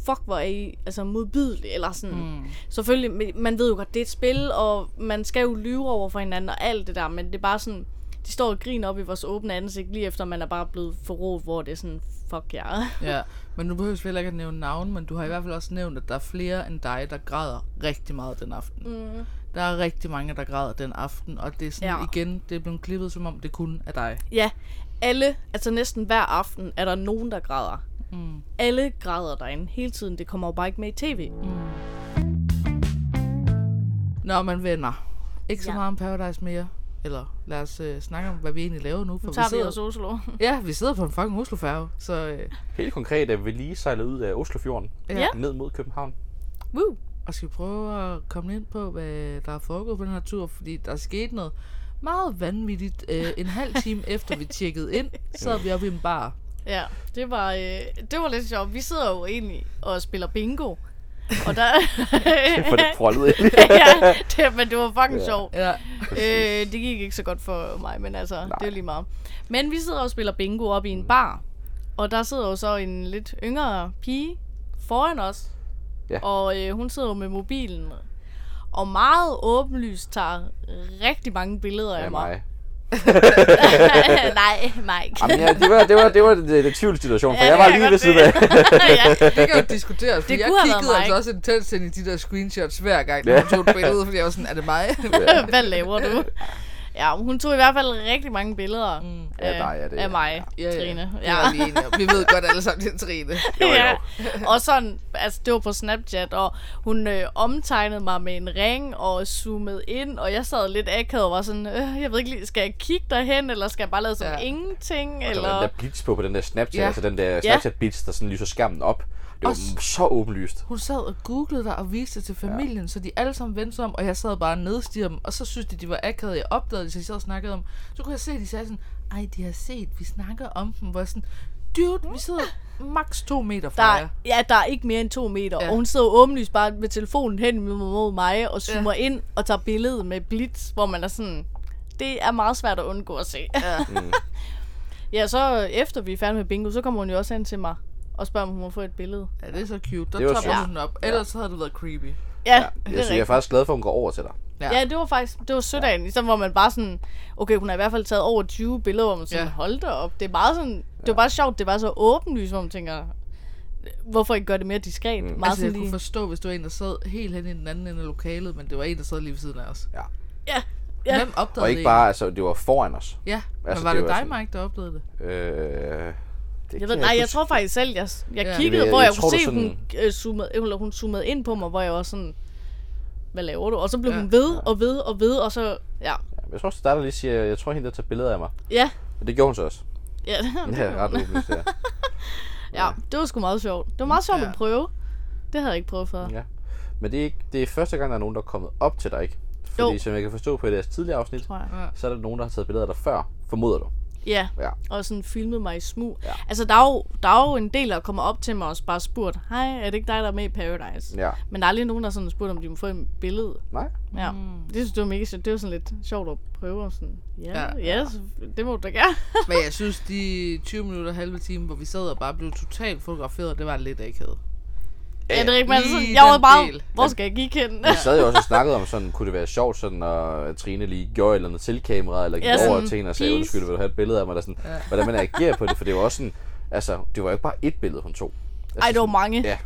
Speaker 2: fuck, hvor er I altså modbydelig, eller sådan. Mm. Selvfølgelig, men man ved jo godt, det er et spil, og man skal jo lyve over for hinanden og alt det der, men det er bare sådan, de står og griner op i vores åbne ansigt, lige efter man er bare blevet forrådt, hvor det er sådan, fuck jer.
Speaker 1: Ja, men nu behøver vi heller ikke at nævne navn, men du har i hvert fald også nævnt, at der er flere end dig, der græder rigtig meget den aften. Mm. Der er rigtig mange, der græder den aften, og det er sådan
Speaker 2: Ja.
Speaker 1: ja. igen, det er blevet klippet, som om det kun er dig.
Speaker 2: Ja, alle, altså næsten hver aften, er der nogen, der græder. Mm. Alle græder derinde hele tiden. Det kommer jo bare ikke med i tv. Mm.
Speaker 1: Nå, men venner. Ikke så
Speaker 2: Ja.
Speaker 1: meget om Paradise mere. Eller lad os øh, snakke om, hvad vi egentlig laver nu. For
Speaker 2: Nu tager vi
Speaker 1: sidder,
Speaker 2: også Oslo.
Speaker 1: Ja, vi sidder på en fucking Oslofærge, så øh,
Speaker 3: Helt konkret er vi lige sejlet ud af Oslofjorden,
Speaker 2: Ja.
Speaker 3: ja. ned mod København.
Speaker 2: Woo.
Speaker 1: og skal vi prøve at komme ind på, hvad der er foregået på den her tur, fordi der er sket noget meget vanvittigt. Øh, en halv time efter vi tjekkede ind, sad vi oppe i en bar.
Speaker 2: Ja, det var, øh, det var lidt sjovt. Vi sidder jo egentlig og spiller bingo. Og der...
Speaker 3: For det prøvede ind.
Speaker 2: ja, det, men det var fucking ja. sjovt.
Speaker 1: Eller,
Speaker 2: Øh, det gik ikke så godt for mig, men altså, Nej. Mm. det er lige meget. Men vi sidder og spiller bingo op i en bar, og der sidder jo så en lidt yngre pige foran os,
Speaker 3: Ja.
Speaker 2: og øh, hun sidder jo med mobilen, og meget åbenlyst tager rigtig mange billeder af,
Speaker 3: Af
Speaker 2: mig.
Speaker 3: mig.
Speaker 2: Nej, Mike.
Speaker 3: Jamen, ja, det var, det var, det var det, det tvivlsituation, for
Speaker 2: Ja,
Speaker 3: ja,
Speaker 2: det
Speaker 3: jeg
Speaker 2: kan
Speaker 3: var
Speaker 2: jeg
Speaker 3: lige
Speaker 2: godt
Speaker 3: ved siden af.
Speaker 2: ja.
Speaker 1: det kan jo diskuteres, for
Speaker 2: Det
Speaker 1: jeg
Speaker 2: kunne have været
Speaker 1: kiggede
Speaker 2: mig.
Speaker 1: altså også intenst ind i de der screenshots hver gang, når hun tog et billede, fordi jeg var sådan, er det mig?
Speaker 2: Hvad laver du? Ja, hun tog i hvert fald rigtig mange billeder mm. af,
Speaker 3: Af dig, ja, det-
Speaker 2: af mig,
Speaker 1: Ja, ja.
Speaker 2: Trine.
Speaker 1: Det var lige en- Vi ved godt alle sammen, det er Trine.
Speaker 3: Jo, jo.
Speaker 2: ja. Og sådan, altså det var på Snapchat, og hun øh, omtegnede mig med en ring og zoomede ind, og jeg sad lidt akavet og var sådan, øh, jeg ved ikke lige, skal jeg kigge derhen, eller skal jeg bare lade som
Speaker 1: Ja.
Speaker 2: ja. ingenting,
Speaker 3: Der var
Speaker 2: eller...
Speaker 3: den der blitz på, på den der Snapchat,
Speaker 1: Ja.
Speaker 3: ja. altså den der Snapchat-blitz, der sådan lyser skærmen op. Det var
Speaker 1: Og s-
Speaker 3: så åbenlyst.
Speaker 1: Hun sad og googlede dig og viste det til familien, ja. så de alle sammen vendte sig om, og jeg sad bare og nedstiger dem, og så syntes de, de var akavede, jeg opdagede det, så de sad og snakkede om. Så kunne jeg se, at de sagde sådan, ej, de har set, vi snakker om dem, hvor jeg sådan, dude, vi sidder maks to meter fra
Speaker 2: Der,
Speaker 1: jer.
Speaker 2: ja, der er ikke mere end to meter,
Speaker 1: Ja.
Speaker 2: ja. og hun sidder jo åbenlyst bare med telefonen hen mod mig og zoomer ja. ind og tager billedet med blitz, hvor man er sådan, det er meget svært at undgå at se. Ja, ja så efter vi er færdige med bingo, så kommer hun jo også hen til mig og spørger, om hun må få et billede.
Speaker 1: Ja, det er så cute.
Speaker 3: Det
Speaker 1: Der
Speaker 3: var
Speaker 1: topper
Speaker 3: sødt.
Speaker 1: hun den op. Ellers havde det været creepy. Altså,
Speaker 2: Ja,
Speaker 3: Ja.
Speaker 2: det
Speaker 3: Jeg, synes, jeg er
Speaker 2: rigtigt.
Speaker 3: faktisk glad for, at hun går over til dig.
Speaker 1: Ja.
Speaker 2: Ja, det var faktisk, det var sødt af hende, ligesom hvor man bare sådan, okay, hun har i hvert fald taget over 20 billeder, hvor man sådan,
Speaker 1: Ja.
Speaker 2: ja. hold da op. Det er bare sådan, det var bare sjovt, det var så åbenlyst, hvor man tænker, hvorfor ikke gøre det mere diskret? Mm. Meget
Speaker 1: Altså,
Speaker 2: sådan
Speaker 1: jeg kunne
Speaker 2: lige,
Speaker 1: forstå, hvis du var en, der sad helt hen i den anden ende af lokalet, men det var en, der sad lige ved siden af os.
Speaker 3: Ja.
Speaker 2: ja,
Speaker 1: Ja.
Speaker 2: Ja.
Speaker 1: Hvem opdagede
Speaker 3: Og ikke
Speaker 1: det
Speaker 3: bare, altså det var foran os.
Speaker 1: egentlig? Ja, men
Speaker 3: Altså,
Speaker 1: var
Speaker 3: det
Speaker 1: det, det
Speaker 3: var
Speaker 1: dig,
Speaker 3: sådan-
Speaker 1: Mike, der opdagede det?
Speaker 3: Øh, det
Speaker 2: jeg ved, nej, jeg tror faktisk selv, jeg, jeg
Speaker 1: Ja.
Speaker 2: kiggede,
Speaker 3: Jeg-
Speaker 2: hvor
Speaker 3: jeg
Speaker 2: jeg,
Speaker 3: tror,
Speaker 2: kunne
Speaker 3: du
Speaker 2: se,
Speaker 3: sådan-
Speaker 2: hun, øh, zoomede, eller hun zoomede ind på mig, hvor jeg var sådan, hvad laver du? Og så blev
Speaker 1: Ja.
Speaker 2: hun ved og ved og ved, og så, ja,
Speaker 3: Jeg tror også, det er dig, der lige siger, jeg tror hende, der tager billeder af mig.
Speaker 2: ja,
Speaker 3: Og det gjorde hun så også.
Speaker 2: ja,
Speaker 3: Det er ret åbenlyst, ja.
Speaker 2: ja, det var sgu meget sjovt. Det var meget sjovt
Speaker 1: Ja.
Speaker 2: at prøve. Det havde jeg ikke prøvet før.
Speaker 3: ja. Men det er, ikke, det er første gang, der er nogen, der er kommet op til dig, ikke? Fordi
Speaker 2: Jo.
Speaker 3: som jeg kan forstå på i deres tidligere afsnit,
Speaker 2: tror jeg.
Speaker 3: så er der nogen, der har taget billeder af dig før, formoder du.
Speaker 2: Ja,
Speaker 3: Ja.
Speaker 2: og sådan filmede mig i smug. Ja. Altså, der er, jo, der er jo en del, der kommer op til mig og bare spurgt, hej, er det ikke dig, der er med i Paradise?
Speaker 3: Ja.
Speaker 2: Men der er aldrig nogen, der sådan spurgt, om de må få et billede.
Speaker 3: Nej?
Speaker 2: Ja. Mm. Det synes jeg, det var mega sjovt. Det var sådan lidt sjovt at prøve. Og sådan, ja,
Speaker 1: Ja.
Speaker 2: ja, ja, så det må du da gøre.
Speaker 1: Men jeg synes, de 20 minutter og halve time, hvor vi sad og bare blev totalt fotograferet, det var lidt akavet.
Speaker 2: ja, det er rigtigt, men
Speaker 1: lige
Speaker 2: sådan, jeg var
Speaker 1: den
Speaker 2: bare,
Speaker 1: del.
Speaker 2: hvor skal jeg kigge hen?
Speaker 3: Vi sad jo også og snakkede om sådan, kunne det være sjovt sådan, at Trine lige gjorde et eller andet til kameraet, eller gik
Speaker 2: Ja,
Speaker 3: ja, over
Speaker 2: sådan,
Speaker 3: til hende og sagde,
Speaker 2: please.
Speaker 3: undskyld, vil du have et billede af mig, eller sådan, ja. hvordan man agerer på det, for det var også sådan, altså, det var jo ikke bare et billede, hun tog. Altså,
Speaker 2: Ej, det var
Speaker 3: sådan-
Speaker 2: mange.
Speaker 3: Ja,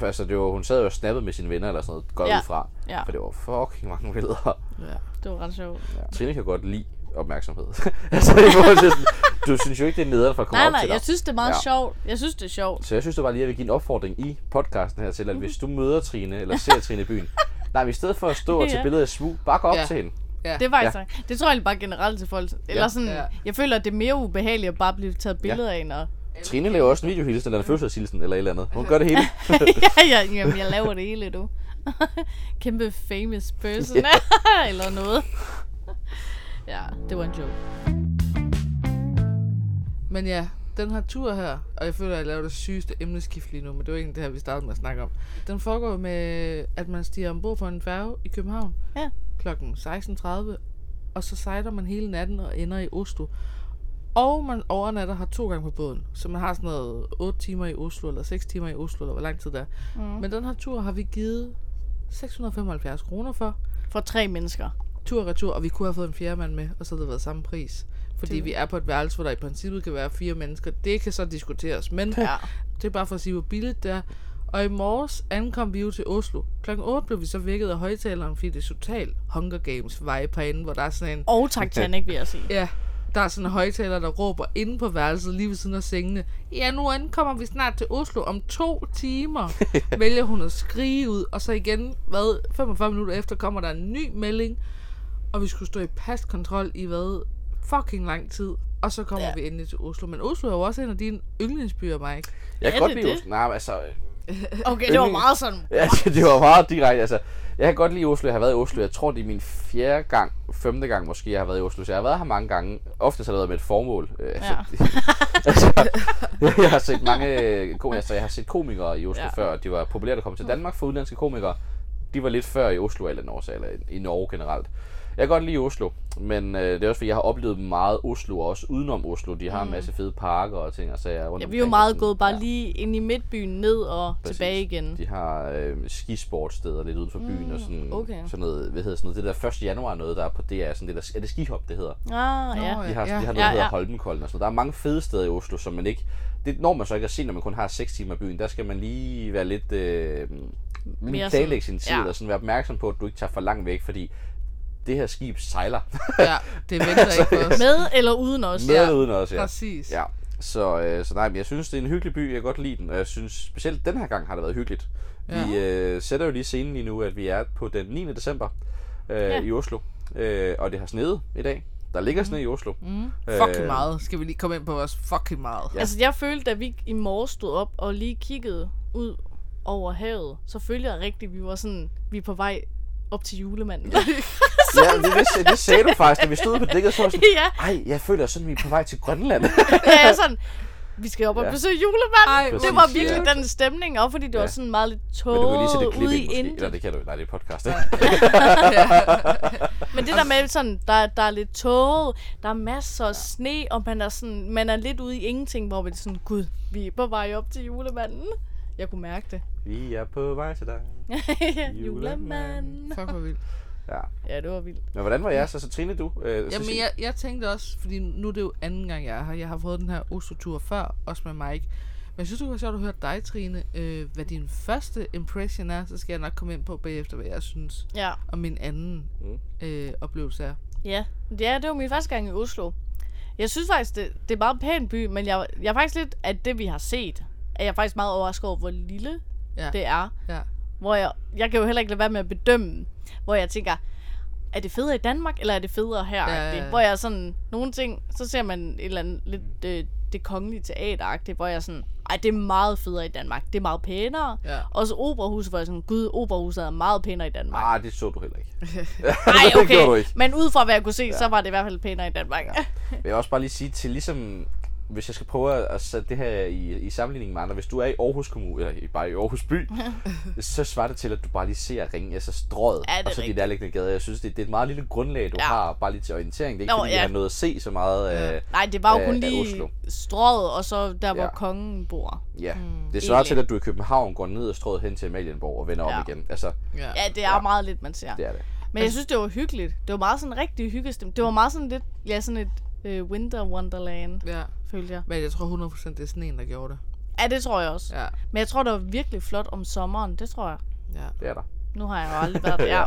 Speaker 3: altså, det var, hun sad jo og snappede med sine venner, eller sådan noget, godt
Speaker 2: Ja.
Speaker 3: ud fra,
Speaker 2: Ja.
Speaker 3: for det var fucking mange billeder.
Speaker 1: Ja.
Speaker 2: Det var ret sjovt.
Speaker 3: Ja. Trine kan godt lide opmærksomhed. altså, i forhold til sådan, du synes jo ikke, det er nederen for at komme
Speaker 2: Nej,
Speaker 3: op
Speaker 2: nej,
Speaker 3: til dig.
Speaker 2: jeg synes, det er meget
Speaker 3: Ja.
Speaker 2: ja. sjovt. Jeg synes, det er sjovt.
Speaker 3: Så jeg synes det bare lige, at jeg vil give en opfordring i podcasten her
Speaker 2: Mm.
Speaker 3: til, at hvis du møder Trine, eller ser Trine i byen, nej, men i stedet for at stå og tage
Speaker 2: Ja.
Speaker 3: billeder af smug, bare gå op
Speaker 1: Ja.
Speaker 3: ja. til hende.
Speaker 1: Ja.
Speaker 2: Det var faktisk, ja. det tror jeg egentlig bare generelt til folk. Eller
Speaker 3: Ja.
Speaker 2: ja. sådan,
Speaker 1: Ja.
Speaker 2: ja. jeg føler, at det er mere ubehageligt at bare blive taget billeder ja. af, når
Speaker 3: Trine laver også en videohilsen,
Speaker 2: Mm.
Speaker 3: eller en fødselshilsen, eller et eller andet. Hun gør det hele.
Speaker 2: ja, ja, jamen, jeg laver det hele, du. Kæmpe famous person, eller noget. ja, det var en joke.
Speaker 1: Men ja, den her tur her, og jeg føler, at jeg laver det sygeste emneskift lige nu, men det var egentlig det her, vi startede med at snakke om. Den foregår jo med, at man stiger ombord på en færge i København
Speaker 2: Ja.
Speaker 1: klokken 16.30, og så sejler man hele natten og ender i Oslo. Og man overnatter her to gange på båden, så man har sådan noget 8 timer i Oslo, eller 6 timer i Oslo, eller hvor lang tid det er. Mm. Men den her tur har vi givet 675 kroner for,
Speaker 2: For tre mennesker.
Speaker 1: tur og retur, og vi kunne have fået en fjerde mand med, og så havde det været samme pris. Fordi vi er på et værelse, hvor der i princippet kan være fire mennesker. Det kan så diskuteres, men
Speaker 2: Ja.
Speaker 1: det er bare for at sige, hvor billigt det er. Og i morges ankom vi jo til Oslo. Klokken 8 blev vi så vækket af højtaleren, fordi det er totalt Hunger Games vibe herinde, hvor der er sådan en...
Speaker 2: Og Titanic, vil jeg sige.
Speaker 1: Ja, der er sådan en højtaler, der råber inde på værelset lige ved siden af sengene. Ja, nu ankommer vi snart til Oslo. Om to timer vælger hun at skrige ud. Og så igen, hvad, 45 minutter efter, kommer der en ny melding. Og vi skulle stå i paskontrol i hvad, fucking lang tid. Og så kommer ja.
Speaker 2: Ja.
Speaker 1: vi endelig til Oslo. Men Oslo er jo også en af dine yndlingsbyer, Mike.
Speaker 3: Jeg
Speaker 2: Er
Speaker 3: kan godt
Speaker 2: det
Speaker 3: lide
Speaker 2: det?
Speaker 3: Oslo. Nej, men altså, øh,
Speaker 2: Okay, det var meget sådan.
Speaker 3: ja, det var meget direkte. Altså, jeg kan godt lide Oslo. Jeg har været i Oslo. Jeg tror, det er min fjerde gang, femte gang måske, jeg har været i Oslo. Så jeg har været her mange gange. Ofte så har det været med et formål. Øh, altså,
Speaker 2: Ja.
Speaker 3: jeg har set mange øh, ko- altså, jeg har set komikere i Oslo ja.
Speaker 2: Ja.
Speaker 3: før, og de var populære at komme til Danmark for udenlandske komikere. De var lidt før i Oslo af en eller Norge, eller i- i Norge generelt. Jeg kan godt lide Oslo, men øh, det er også fordi, jeg har oplevet meget Oslo, og også udenom Oslo. De har en masse fede parker og ting og sager rundt
Speaker 2: Mm. Ja, vi er jo
Speaker 3: omkring,
Speaker 2: meget
Speaker 3: og
Speaker 2: gået bare
Speaker 3: ja,
Speaker 2: lige ind i midtbyen, ned og
Speaker 3: præcis.
Speaker 2: tilbage igen.
Speaker 3: De har øh, skisportsteder lidt uden for byen, mm, og sådan,
Speaker 2: okay.
Speaker 3: sådan, noget, hvad hedder sådan noget, det der 1. januar noget, der er på DR, sådan det der, er det skihop, det hedder?
Speaker 2: Ah, ja.
Speaker 1: Nå,
Speaker 3: De har,
Speaker 1: Ja.
Speaker 3: ja. de har noget, der
Speaker 2: Ja,
Speaker 3: hedder
Speaker 2: ja.
Speaker 3: Holmenkollen og sådan noget. Der er mange fede steder i Oslo, som man ikke... Det når man så ikke at se, når man kun har 6 timer i byen. Der skal man lige være lidt... Øh, lige
Speaker 2: Mere
Speaker 3: planlægge sin
Speaker 2: sådan-
Speaker 3: tid, ja.
Speaker 2: ja.
Speaker 3: og sådan være opmærksom på, at du ikke tager for langt væk, fordi det her skib sejler.
Speaker 1: Ja, det venter ikke på os.
Speaker 2: Med eller uden os.
Speaker 3: Med
Speaker 1: Ja.
Speaker 3: ja. uden os, ja.
Speaker 1: Præcis.
Speaker 3: ja. Så, øh, så nej, men jeg synes, det er en hyggelig by. Jeg kan godt lide den, og jeg synes specielt den her gang har det været hyggeligt. Ja. Vi øh, sætter jo lige scenen lige nu, at vi er på den 9. december øh, ja. i Oslo. Øh, og det har sneet i dag. Der ligger sne i Oslo. Mm.
Speaker 1: Fucking meget. Skal vi lige komme ind på vores fucking meget.
Speaker 3: Ja.
Speaker 2: Altså, jeg følte, da vi i morges stod op og lige kiggede ud over havet, så følte jeg rigtigt, vi var sådan, vi er på vej op til julemanden.
Speaker 3: Ja, det, det, det sagde du faktisk, da vi stod på dækket, så var jeg sådan,
Speaker 2: Ja.
Speaker 3: ej, jeg føler sådan, vi er på vej til Grønland.
Speaker 2: ja, sådan, vi skal op og
Speaker 3: Ja.
Speaker 2: besøge julemanden.
Speaker 1: Ej,
Speaker 2: det
Speaker 3: præcis,
Speaker 2: var virkelig
Speaker 3: ja.
Speaker 2: den stemning, og fordi det
Speaker 3: Ja.
Speaker 2: var sådan meget lidt
Speaker 3: Men du kan lige sætte
Speaker 2: tåget
Speaker 3: et klip
Speaker 2: ude
Speaker 3: ind,
Speaker 2: i
Speaker 3: måske.
Speaker 2: intet.
Speaker 3: Eller det kan du, nej, det er podcast, ikke?
Speaker 2: Men det der med sådan, der, der er lidt tåget, der er masser af sne, og man er, sådan, man er lidt ude i ingenting, hvor vi er sådan, gud, vi er på vej op til julemanden. Jeg kunne mærke det.
Speaker 3: Vi er på vej til dig.
Speaker 2: Julemanden.
Speaker 1: Fuck, hvor vildt.
Speaker 3: Ja.
Speaker 2: Ja, det var vildt.
Speaker 3: Men hvordan var jeg så? Så Trine, du? Øh, så
Speaker 1: Jamen,
Speaker 3: sig-
Speaker 1: jeg, jeg tænkte også, fordi nu er det jo anden gang, jeg er her. Jeg har fået den her Oslo-tur før, også med Mike. Men jeg synes, det var sjovt at høre dig, Trine, øh, hvad din første impression er. Så skal jeg nok komme ind på bagefter, hvad jeg synes
Speaker 2: Ja.
Speaker 1: om min anden
Speaker 3: Mm.
Speaker 1: øh, oplevelse er.
Speaker 2: Ja. ja, det var min første gang i Oslo. Jeg synes faktisk, det, det er en meget pæn by, men jeg, jeg er faktisk lidt, at det vi har set, er jeg faktisk meget overrasket over, hvor lille
Speaker 1: Ja.
Speaker 2: det er.
Speaker 1: Ja.
Speaker 2: Hvor jeg, jeg kan jo heller ikke lade være med at bedømme, hvor jeg tænker, er det federe i Danmark, eller er det federe her?
Speaker 1: Ja, ja, ja.
Speaker 2: Ja. Hvor jeg sådan, nogle ting, så ser man et eller andet lidt øh, det kongelige teater hvor jeg sådan, ej, det er meget federe i Danmark, det er meget pænere.
Speaker 1: Ja.
Speaker 2: Også operahuset, hvor jeg sådan, gud, operahuset er meget pænere i Danmark.
Speaker 3: Ah, det så du heller ikke.
Speaker 2: Nej,
Speaker 3: Det gjorde du
Speaker 2: okay.
Speaker 3: ikke.
Speaker 2: Men ud fra hvad jeg kunne se, ja. så var det i hvert fald pænere i Danmark. Ja.
Speaker 3: Men jeg vil også bare lige sige til ligesom, hvis jeg skal prøve at- at sætte det her i, i sammenligning med andre, hvis du er i Aarhus Kommune, eller i- bare i Aarhus By, så svarer det til, at du bare lige ser ringen, altså strøget,
Speaker 2: Ja, det er
Speaker 3: og så de
Speaker 2: rigtigt.
Speaker 3: nærliggende gader. Jeg synes, det, det er et meget lille grundlag, du
Speaker 2: Ja.
Speaker 3: ja. har, bare lige til orientering. Det er ikke,
Speaker 2: Nå,
Speaker 3: Nå, fordi
Speaker 2: ja.
Speaker 3: jeg har noget at se så meget. Ja, øh,
Speaker 2: Nej, det var jo
Speaker 3: af-
Speaker 2: kun
Speaker 3: af
Speaker 2: lige
Speaker 3: Oslo.
Speaker 2: strøget, og så der, hvor
Speaker 3: Ja.
Speaker 2: kongen bor.
Speaker 3: ja. Mm, det svarer til,
Speaker 2: egentlig.
Speaker 3: at du i København går ned og strøget hen til Amalienborg og vender
Speaker 2: Ja.
Speaker 3: ja. om igen. Altså,
Speaker 1: Ja.
Speaker 2: Ja, det er
Speaker 3: Ja.
Speaker 2: meget lidt, man ser.
Speaker 3: det er det.
Speaker 2: Men jeg synes, det var hyggeligt. Det var meget sådan rigtig hyggestem. Det var meget sådan lidt, ja, sådan et øh, winter wonderland,
Speaker 1: ja.
Speaker 2: følte jeg.
Speaker 1: Men jeg tror 100% det er sneen, der gjorde det.
Speaker 2: Ja, det tror jeg også. Ja.
Speaker 1: Ja.
Speaker 2: Men jeg tror, det var virkelig flot om sommeren. Det tror jeg.
Speaker 1: Ja.
Speaker 3: Det er der.
Speaker 2: Nu har jeg jo aldrig været der. Ja.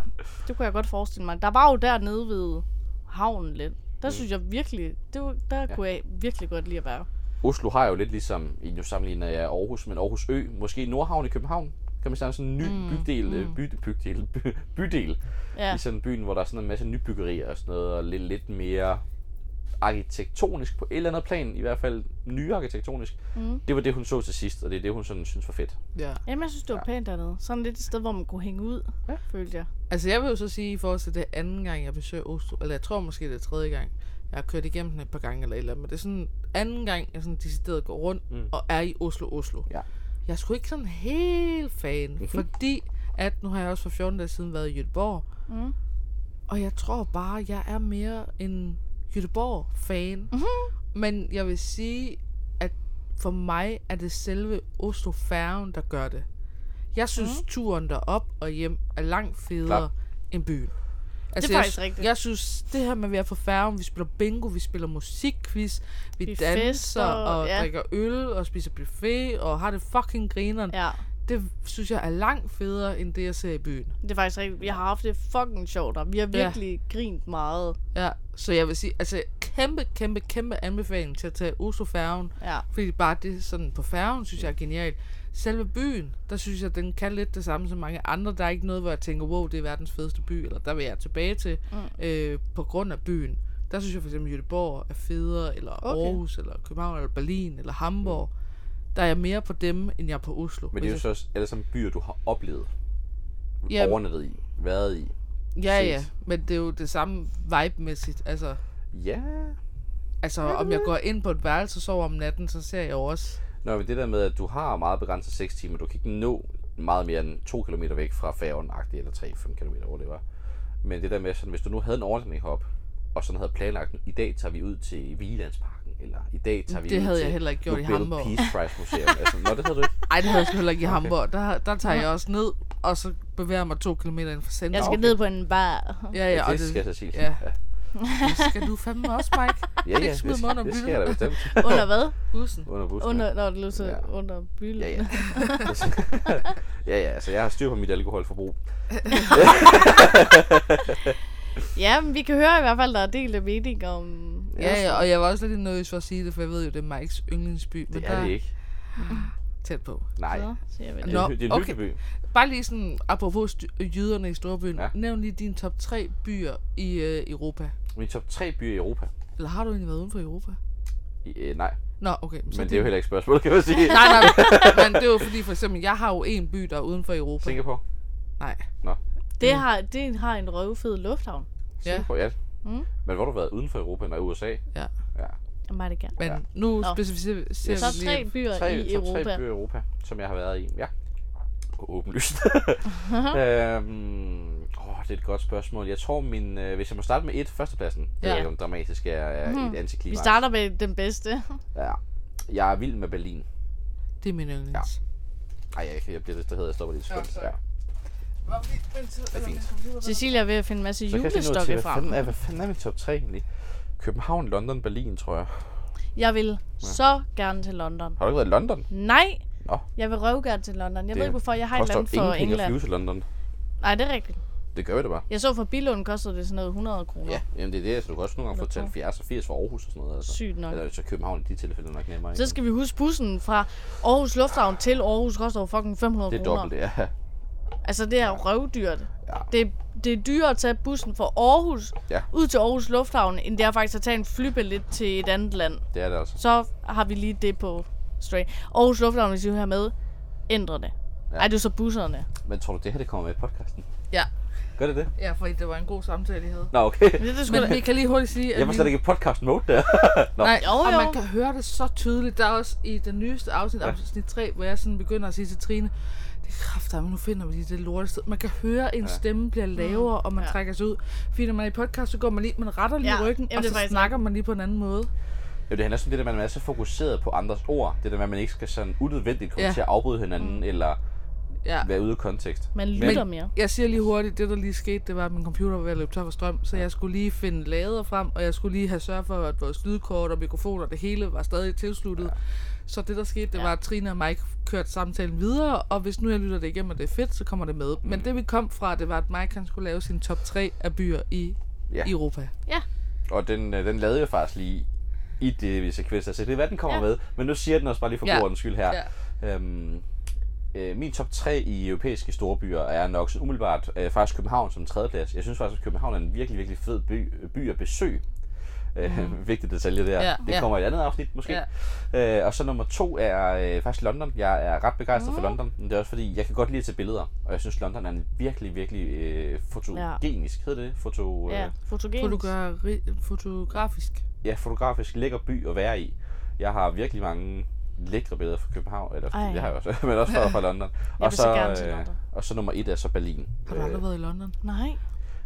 Speaker 2: Det kunne jeg godt forestille mig. Der var jo dernede ved havnen lidt.
Speaker 3: Mm.
Speaker 2: Der synes jeg virkelig, det var, der ja. kunne jeg virkelig godt lide at være.
Speaker 3: Oslo har jo lidt ligesom, i nu sammenligner jeg Aarhus, men Aarhus Ø, måske Nordhavn i København, kan man sige, sådan en ny mm, bydel, mm. By, bydel, by, bydel
Speaker 2: Ja.
Speaker 3: ja. i sådan byen, hvor der er sådan en masse nybyggerier og sådan noget, og lidt, lidt mere arkitektonisk på et eller andet plan, i hvert fald nye arkitektonisk. Mm. Det var det, hun så til sidst, og det er det, hun sådan synes var fedt.
Speaker 1: Ja.
Speaker 2: Jamen, jeg synes, det var pænt dernede. Sådan lidt et sted, hvor man kunne hænge ud, ja. følte jeg.
Speaker 1: Altså, jeg vil jo så sige, i forhold til det anden gang, jeg besøger Oslo, eller jeg tror måske, det er tredje gang, jeg har kørt igennem den et par gange eller et eller andet, men det er sådan anden gang, jeg sådan decideret går rundt mm. og er i Oslo, Oslo.
Speaker 3: Ja.
Speaker 1: Jeg er sgu ikke sådan helt fan, mm-hmm. fordi at nu har jeg også for 14 dage siden været i Göteborg, mm. og jeg tror bare, jeg er mere en Göteborg-fan. Mm-hmm. Men jeg vil sige, at for mig er det selve Oslo-færgen, der gør det. Jeg
Speaker 2: Mhm.
Speaker 1: synes, mm. turen derop og hjem er langt federe
Speaker 3: Klart.
Speaker 1: end byen. Altså,
Speaker 2: faktisk
Speaker 1: jeg,
Speaker 2: rigtigt.
Speaker 1: Jeg synes, det her med at være på færgen, vi spiller bingo, vi spiller musikquiz, vi,
Speaker 2: Vi
Speaker 1: vi danser
Speaker 2: fester,
Speaker 1: fester, og
Speaker 2: ja.
Speaker 1: ja. drikker øl og spiser buffet og har det fucking grineren. Ja.
Speaker 2: Ja,
Speaker 1: Det synes jeg er langt federe end det, jeg ser i byen.
Speaker 2: det er faktisk rigtigt. Vi har haft det fucking sjovt, og vi har virkelig ja. grint meget.
Speaker 1: Ja, så jeg vil sige, altså kæmpe, kæmpe, kæmpe anbefaling til at tage Oslo-færgen.
Speaker 2: Ja.
Speaker 1: Fordi bare det sådan på færgen, synes jeg er genialt. Selve byen, der synes jeg, den kan lidt det samme som mange andre. Der er ikke noget, hvor jeg tænker, wow, det er verdens fedeste by, eller der vil jeg tilbage til, mm. øh, på grund af byen. Der synes jeg for eksempel, Göteborg er federe, eller
Speaker 2: Okay.
Speaker 1: okay. Aarhus, eller København, eller Berlin, eller Hamburg. Mm. Der er jeg mere på dem, end jeg er på Oslo.
Speaker 3: Men det er jo
Speaker 1: Hvis
Speaker 3: så også alle sammen byer, du har oplevet,
Speaker 1: Ja.
Speaker 3: overnattet i, været i.
Speaker 1: jeg- Ja, ja,
Speaker 3: præcis.
Speaker 1: men det er jo det samme vibe-mæssigt. Altså,
Speaker 3: Ja.
Speaker 1: altså om jeg går ind på et værelse og sover om natten, så ser jeg jo også...
Speaker 3: Nå, men det der med, at du har meget begrænset 6 timer, du kan ikke nå meget mere end 2 km væk fra færgen, eller 3-5 km, hvor det var. Men det der med, sådan, hvis du nu havde en overnatning herop, og sådan havde planlagt, i dag tager vi ud til Vigelandsparken, eller i dag tager vi
Speaker 1: Det
Speaker 3: ud
Speaker 1: havde
Speaker 3: til
Speaker 1: jeg heller ikke gjort i
Speaker 3: Nobel
Speaker 1: Hamborg.
Speaker 3: Peace Prize Museum. altså, nå, det havde du ikke.
Speaker 1: Ej, det havde jeg sgu heller ikke i Hamburg. Der, der tager jeg også ned, og så bevæger jeg mig to kilometer ind fra centrum.
Speaker 2: Jeg skal
Speaker 3: okay.
Speaker 2: ned på en bar.
Speaker 1: Ja, ja, og
Speaker 3: det, skal jeg
Speaker 1: det,
Speaker 3: så sige.
Speaker 1: ja.
Speaker 3: ja,
Speaker 1: det skal du fandme også, Mike.
Speaker 3: ja, ja
Speaker 1: Ikke
Speaker 3: det,
Speaker 1: smid mig under
Speaker 3: skal, det skal jeg da
Speaker 1: bussen.
Speaker 3: bestemt.
Speaker 2: Under hvad?
Speaker 1: Bussen.
Speaker 3: Under bussen.
Speaker 2: Under, når det løser
Speaker 3: Ja.
Speaker 2: ja. under bylden.
Speaker 3: Ja, ja. ja, ja, altså jeg har styr på mit alkoholforbrug.
Speaker 2: Ja, men vi kan høre i hvert fald, der er delte mening om...
Speaker 1: Ja, ja, og jeg var også lidt nervøs for at sige det, for jeg ved jo, det er Mikes yndlingsby. Men der
Speaker 3: Det er det ikke.
Speaker 1: Tæt på.
Speaker 3: Nej.
Speaker 2: Så siger vi
Speaker 3: Det
Speaker 2: det.
Speaker 3: er,
Speaker 1: Nå,
Speaker 3: en hy- det er en
Speaker 1: okay.
Speaker 3: hyggelig by.
Speaker 1: Bare lige sådan, apropos st- jyderne i Storbyen.
Speaker 3: Ja.
Speaker 1: Ja. Nævn lige dine top 3 byer i øh, Europa.
Speaker 3: Min top 3 byer i Europa.
Speaker 1: Eller har du egentlig været uden for Europa?
Speaker 3: I, øh, nej,
Speaker 1: Nå, okay.
Speaker 3: men det er jo heller ikke et spørgsmål, kan man
Speaker 1: Nej,
Speaker 3: sige.
Speaker 1: nej, men det er jo fordi, for eksempel, jeg har jo en by, der er uden for Europa.
Speaker 3: Singapore.
Speaker 1: Nej.
Speaker 2: Det har, det har en røvfed lufthavn.
Speaker 3: Singapore, ja.
Speaker 2: Mm.
Speaker 3: Men hvor har du været uden for Europa, når USA?
Speaker 1: Ja.
Speaker 3: ja.
Speaker 2: Jeg mig det gerne.
Speaker 1: Men
Speaker 3: Ja.
Speaker 1: nu
Speaker 2: Nå.
Speaker 1: specificerer
Speaker 3: Yes.
Speaker 2: Top
Speaker 1: vi lige...
Speaker 2: tre byer
Speaker 3: Tre,
Speaker 2: i
Speaker 3: top tre
Speaker 2: Europa.
Speaker 3: byer i Europa, som jeg har været i. Ja. Åbenlyst. øhm, åh, det er et godt spørgsmål. Jeg tror, min, øh, hvis jeg må starte med et, førstepladsen. Ja. Jeg
Speaker 1: Ja.
Speaker 3: ved ikke, om dramatisk er, er et
Speaker 2: Mhm. Vi
Speaker 3: antiklimax.
Speaker 2: starter med den bedste.
Speaker 3: Ja. Jeg er vild med Berlin.
Speaker 1: Det er min yndlings.
Speaker 3: Ej, jeg, jeg bliver distraheret. Jeg stopper lige et
Speaker 1: Ja,
Speaker 3: sekund.
Speaker 1: sorry.
Speaker 3: Ja, det er fint.
Speaker 2: Cecilia er ved at finde en masse
Speaker 3: Så kan jeg finde ud til,
Speaker 2: julestokke
Speaker 3: hvad
Speaker 2: frem.
Speaker 3: fanden, er, hvad fanden er min top 3 egentlig? København, London, Berlin, tror jeg.
Speaker 2: Jeg vil så gerne til London.
Speaker 3: Har du ikke været i London?
Speaker 2: Nej,
Speaker 3: Nå.
Speaker 2: jeg vil røve gerne til London. Jeg
Speaker 3: Det
Speaker 2: ved ikke, hvorfor jeg har et
Speaker 3: Koster
Speaker 2: eller andet for
Speaker 3: ingen penge at flyve
Speaker 2: England.
Speaker 3: til London.
Speaker 2: Nej, det er rigtigt.
Speaker 3: Det gør vi da bare.
Speaker 2: Jeg så for bilån kostede det sådan noget 100 kroner.
Speaker 3: Ja, jamen det er det. Altså, du kan også nogle gange få
Speaker 2: Eller
Speaker 3: til
Speaker 2: to.
Speaker 3: 70 og 80 fra Aarhus og sådan noget. Altså.
Speaker 2: Sygt nok.
Speaker 3: Eller så København i de tilfælde er nok nemmere.
Speaker 2: Så
Speaker 3: Ikke?
Speaker 2: skal vi huske bussen fra Aarhus Lufthavn til Aarhus koster jo fucking 500
Speaker 3: Det er
Speaker 2: kroner.
Speaker 3: dobbelt, ja.
Speaker 2: Altså, det er røvdyrt.
Speaker 3: Ja.
Speaker 2: Det, er- det er dyrere at tage bussen fra Aarhus
Speaker 3: Ja.
Speaker 2: ud til Aarhus Lufthavn, end det er faktisk at tage en flybillet til et andet land.
Speaker 3: Det er det altså.
Speaker 2: Så har vi lige det på straight. Aarhus Lufthavn, hvis I vil have med, ændrer det. Ja. Ej, det er så busserne.
Speaker 3: Men tror du, det her det kommer med i podcasten?
Speaker 1: Ja.
Speaker 3: Gør det det?
Speaker 1: Ja, fordi det var en god samtale, I havde.
Speaker 3: Nå, okay.
Speaker 2: Det, det skulle
Speaker 1: Men vi kan lige hurtigt sige, at
Speaker 3: Jeg var slet
Speaker 1: vi-
Speaker 3: ikke i podcast mode der. Nå.
Speaker 1: Nej,
Speaker 2: Jo,
Speaker 1: jo, jo. og
Speaker 2: jo.
Speaker 1: man kan høre det så tydeligt. Der er også i den nyeste afsnit,
Speaker 3: Ja.
Speaker 1: afsnit 3, hvor jeg sådan begynder at sige til Trine, det er kraftigt, men nu finder vi lige det lortested. Man kan høre, at en stemme bliver lavere, og man
Speaker 2: Mm. Ja.
Speaker 1: trækker sig ud. Fordi når man er i podcast, så går man lige, man retter lige
Speaker 2: Ja,
Speaker 1: ryggen,
Speaker 2: jamen,
Speaker 1: og
Speaker 2: det er
Speaker 1: så
Speaker 2: faktisk
Speaker 1: snakker man lige på en anden måde.
Speaker 3: Jo, det handler også om det der, med, at man er så fokuseret på andres ord. Det der med, at man ikke skal sådan unødvendigt komme
Speaker 1: Ja.
Speaker 3: til at afbryde hinanden,
Speaker 2: Mm.
Speaker 3: eller
Speaker 1: Ja.
Speaker 3: være ude af kontekst.
Speaker 2: man lytter men... mere.
Speaker 1: Jeg siger lige hurtigt, det der lige skete, det var, at min computer var ved at løbe tør for strøm, så jeg skulle lige finde lader frem, og jeg skulle lige have sørget for, at vores lydkort og mikrofoner og det hele var stadig tilsluttet. Ja. Så det der skete, det
Speaker 2: Ja.
Speaker 1: var, at Trine og Mike kørte samtalen videre, og hvis nu jeg lytter det igennem, og det er fedt, så kommer det med. Mm. Men det vi kom fra, det var, at Mike han skulle lave sin top 3 af byer i
Speaker 3: Ja.
Speaker 1: ja. Europa.
Speaker 2: Ja.
Speaker 3: Og den, øh, den lavede jeg faktisk lige i det sekvens, så jeg ved, hvad den kommer
Speaker 2: Ja.
Speaker 3: ja. med. Men nu siger jeg den også bare lige for ja.
Speaker 1: Ja.
Speaker 3: god ordens skyld her. Ja. Øhm, øh, min top 3 i europæiske storbyer er nok så umiddelbart øh, faktisk København som tredjeplads. Jeg synes faktisk, at København er en virkelig, virkelig fed by, by at besøge. Mm. Vigtig detalje der.
Speaker 1: Ja,
Speaker 3: det
Speaker 1: ja.
Speaker 3: kommer i et andet afsnit måske. Ja. Øh, og så nummer to er øh, faktisk London. Jeg er ret begejstret mm. for London. Men det er også fordi, jeg kan godt lide at tage billeder. Og jeg synes, London er en virkelig, virkelig øh, fotogenisk, hedder det? Foto, øh,
Speaker 2: Ja, fotogen.
Speaker 1: Fotogari- fotografisk.
Speaker 3: ja, fotografisk lækker by at være i. Jeg har virkelig mange lækre billeder fra København, eller
Speaker 2: Ej.
Speaker 3: Ej. jeg har jeg også, men også fra, fra London.
Speaker 2: Jeg vil så gerne til London.
Speaker 3: øh, og så nummer et er så Berlin.
Speaker 1: Har du aldrig været i London?
Speaker 2: Nej.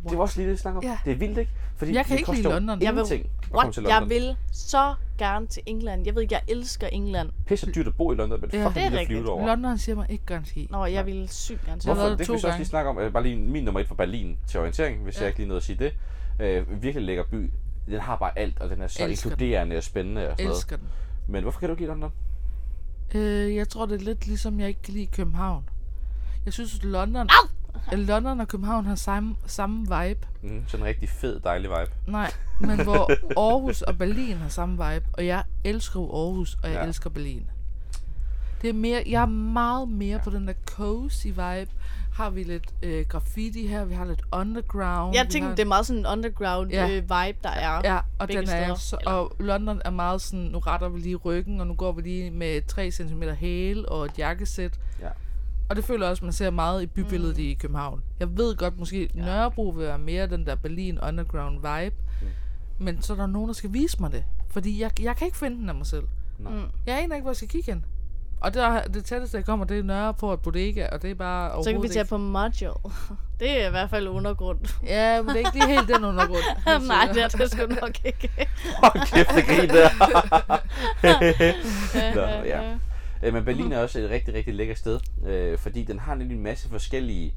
Speaker 3: det var også lige det, jeg snakker om. Ja.
Speaker 1: Ja.
Speaker 3: Det er vildt, ikke? Fordi
Speaker 1: Jeg kan
Speaker 3: det
Speaker 1: ikke lide
Speaker 3: koster jo
Speaker 1: London. Jeg
Speaker 2: vil-
Speaker 3: Ingenting at komme
Speaker 2: What?
Speaker 3: til
Speaker 2: Jeg
Speaker 3: London. Vil...
Speaker 2: vil så gerne til England. Jeg ved ikke, jeg elsker England.
Speaker 3: Pisse dyrt at bo i London, men
Speaker 1: Ja. Det
Speaker 3: ja.
Speaker 2: er
Speaker 3: fucking det er
Speaker 2: rigtigt.
Speaker 3: flyve over.
Speaker 1: London siger mig ikke gerne ski.
Speaker 2: Nå, jeg vil sygt gerne til
Speaker 1: Hvorfor? har
Speaker 2: England.
Speaker 3: Hvorfor?
Speaker 1: været
Speaker 3: Det
Speaker 1: to
Speaker 3: kan vi så også
Speaker 1: gange.
Speaker 3: lige snakke om. Øh, Bare lige min nummer et fra Berlin til orientering, hvis ja. jeg ikke lige nåede at sige det. Øh, virkelig lækker by. Den har bare alt, og den er så
Speaker 1: Elsker den.
Speaker 3: inkluderende og spændende og sådan
Speaker 1: Elsker den.
Speaker 3: noget. Men hvorfor kan du ikke lide London?
Speaker 1: Øh, jeg tror, det er lidt ligesom, jeg ikke kan lide København. Jeg synes, at London, at London og København har samme, samme vibe.
Speaker 3: Mm, sådan en rigtig fed, dejlig vibe.
Speaker 1: Nej, men hvor Aarhus og Berlin har samme vibe. Og jeg elsker jo Aarhus, og jeg
Speaker 3: Ja.
Speaker 1: ja. elsker Berlin. Det er mere, jeg er meget mere ja. på den der cozy vibe. Har vi lidt øh, graffiti her, vi har lidt underground.
Speaker 2: Jeg
Speaker 1: vi
Speaker 2: tænkte,
Speaker 1: har,
Speaker 2: det er meget sådan en underground ja.
Speaker 1: Ja.
Speaker 2: øh, vibe, der er.
Speaker 1: Ja, og,
Speaker 2: begge
Speaker 1: den er,
Speaker 2: steder,
Speaker 1: så,
Speaker 2: eller-
Speaker 1: og London er meget sådan, nu retter vi lige ryggen, og nu går vi lige med 3 cm hæl og et jakkesæt.
Speaker 3: Ja.
Speaker 1: Og det føler jeg også, man ser meget i bybilledet mm. i København. Jeg ved godt, måske ja. Nørrebro vil være mere den der Berlin underground vibe. Mm. Men så er der nogen, der skal vise mig det. Fordi jeg, jeg kan ikke finde den af mig selv.
Speaker 3: Nej.
Speaker 2: Mm.
Speaker 1: Jeg aner ikke, hvor jeg skal kigge hen. Og der, det tætteste, jeg kommer, det er Nørreport Bodega, og det er bare
Speaker 2: Så
Speaker 1: overhovedet
Speaker 2: kan vi tage på Mojo. Det er i hvert fald undergrund.
Speaker 1: ikke- Ja, men det er ikke lige helt den undergrund.
Speaker 2: Nej, det er det sgu nok ikke.
Speaker 3: Hold kæft, det grin der. Nå, ja. Øh, Men Berlin er også et rigtig, rigtig lækkert sted, øh, fordi den har nemlig en masse forskellige,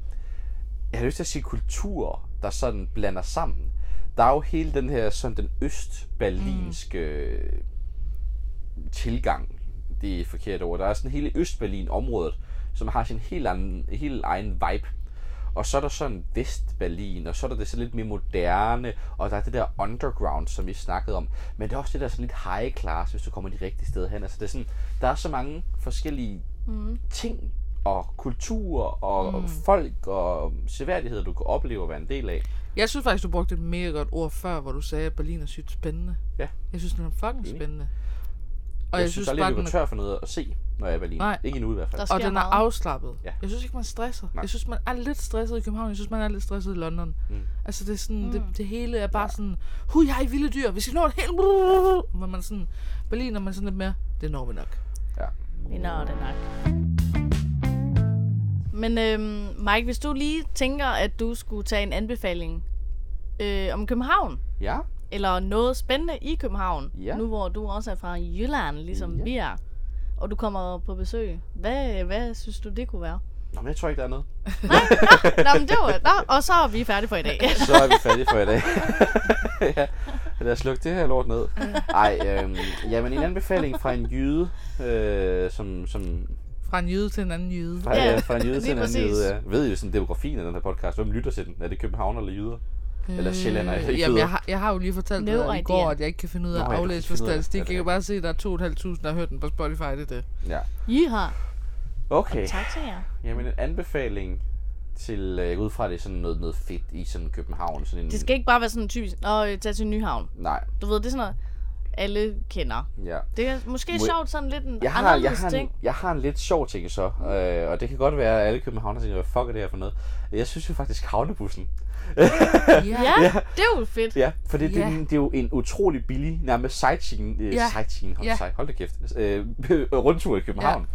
Speaker 3: jeg har lyst til at sige kulturer, der sådan blander sammen. Der er jo hele den her, sådan den østberlinske mm. tilgang, det er et forkert ord. Der er sådan hele Østberlin-området, som har sin helt egen, helt egen vibe. Og så er der sådan Vestberlin, og så er der det så lidt mere moderne, og der er det der underground, som vi snakkede om. Men det er også det der sådan lidt high class, hvis du kommer de rigtige steder hen. Altså det er sådan, der er så mange forskellige mm. ting og kultur og mm. folk og seværdigheder, du kan opleve og være en del af.
Speaker 1: Jeg synes faktisk, du brugte et mega godt ord før, hvor du sagde, at Berlin er sygt spændende.
Speaker 3: Ja.
Speaker 1: Jeg synes, den er fucking spændende.
Speaker 3: Og jeg, jeg synes, synes aldrig,
Speaker 1: bare,
Speaker 3: du
Speaker 1: den
Speaker 3: går
Speaker 1: er
Speaker 3: tør for noget at se, når jeg er i Berlin.
Speaker 1: Nej.
Speaker 3: Ikke endnu i hvert fald.
Speaker 2: Der
Speaker 1: Og
Speaker 2: sker
Speaker 1: den er
Speaker 2: meget.
Speaker 1: afslappet.
Speaker 3: Ja.
Speaker 1: Ja. Jeg synes ikke, man stresser.
Speaker 3: Nej.
Speaker 1: Nej. Jeg synes, man er lidt stresset i København. Jeg synes, man er lidt stresset i London.
Speaker 3: Mm.
Speaker 1: Mm. Altså, det, er sådan, mm. det, det hele er bare ja. sådan, hu, jeg er vilde dyr, vi skal nå det helt. Hvor man er sådan, Berlin er man sådan lidt mere, det når vi nok.
Speaker 3: Ja.
Speaker 2: Vi når det nok. Men øhm, Mike, hvis du lige tænker, at du skulle tage en anbefaling øh, om København,
Speaker 3: ja.
Speaker 2: eller noget spændende i København,
Speaker 3: Ja.
Speaker 2: nu hvor du også er fra Jylland, ligesom
Speaker 3: Ja.
Speaker 2: ja. vi er, og du kommer på besøg, hvad, hvad synes du, det kunne være?
Speaker 3: Nå, men jeg tror ikke, der er noget.
Speaker 2: Nå, men det var, nå, og så er vi færdige for i dag.
Speaker 3: Så er vi færdige for i dag. ja. Lad os lukke det her lort ned.
Speaker 2: Mm.
Speaker 3: Ej, øhm, jamen en anbefaling fra en jyde, øh, som, som
Speaker 1: Fra en jyde til en anden jyde.
Speaker 3: fra,
Speaker 2: Ja,
Speaker 3: ja, fra en jyde til
Speaker 2: lige
Speaker 3: en anden
Speaker 2: præcis.
Speaker 3: jyde. Ja. Ved I sådan demografien af den her podcast? Hvem lytter til den? Er det københavner eller jyder?
Speaker 2: Mm,
Speaker 3: Eller sjællander? Jeg,
Speaker 1: Øh,
Speaker 3: ikke
Speaker 1: jamen,
Speaker 3: ved.
Speaker 1: jeg, har, jeg har jo lige fortalt
Speaker 2: No
Speaker 1: dig i
Speaker 2: idea.
Speaker 1: går, at jeg ikke kan finde ud af
Speaker 3: Nå,
Speaker 1: at
Speaker 3: ja, du kan
Speaker 1: aflæse
Speaker 3: ikke
Speaker 1: for
Speaker 3: finde ud af-
Speaker 1: statistik.
Speaker 3: Ja,
Speaker 1: Jeg
Speaker 3: det er
Speaker 1: kan bare se, at der er 2.500, der har hørt den på Spotify. Det er det.
Speaker 3: ja.
Speaker 2: I har.
Speaker 3: Okay.
Speaker 2: Tak til jer.
Speaker 3: Jamen en anbefaling til, øh, ud fra at det er sådan noget, noget fedt i sådan København. Sådan en,
Speaker 2: Det skal ikke bare være sådan typisk, at tage til Nyhavn.
Speaker 3: Nej,
Speaker 2: Du ved, det er sådan noget, alle kender.
Speaker 3: ja.
Speaker 2: Det er måske
Speaker 3: Må-
Speaker 2: sjovt sådan lidt en
Speaker 3: Jeg har, jeg,
Speaker 2: anderledes
Speaker 3: har en,
Speaker 2: ting.
Speaker 3: jeg har en lidt sjov ting så, øh, og det kan godt være, at alle københavnere tænker, hvad fuck er det her for noget? Jeg synes jo faktisk havnebussen.
Speaker 2: Ja, det er jo fedt.
Speaker 3: Ja, for det, det,
Speaker 1: Ja.
Speaker 3: er en- det er jo en utrolig billig, nærmest sightseeing, øh,
Speaker 1: Ja.
Speaker 3: sightseeing hold,
Speaker 1: Ja.
Speaker 3: sig, hold da kæft, øh, rundtur i København.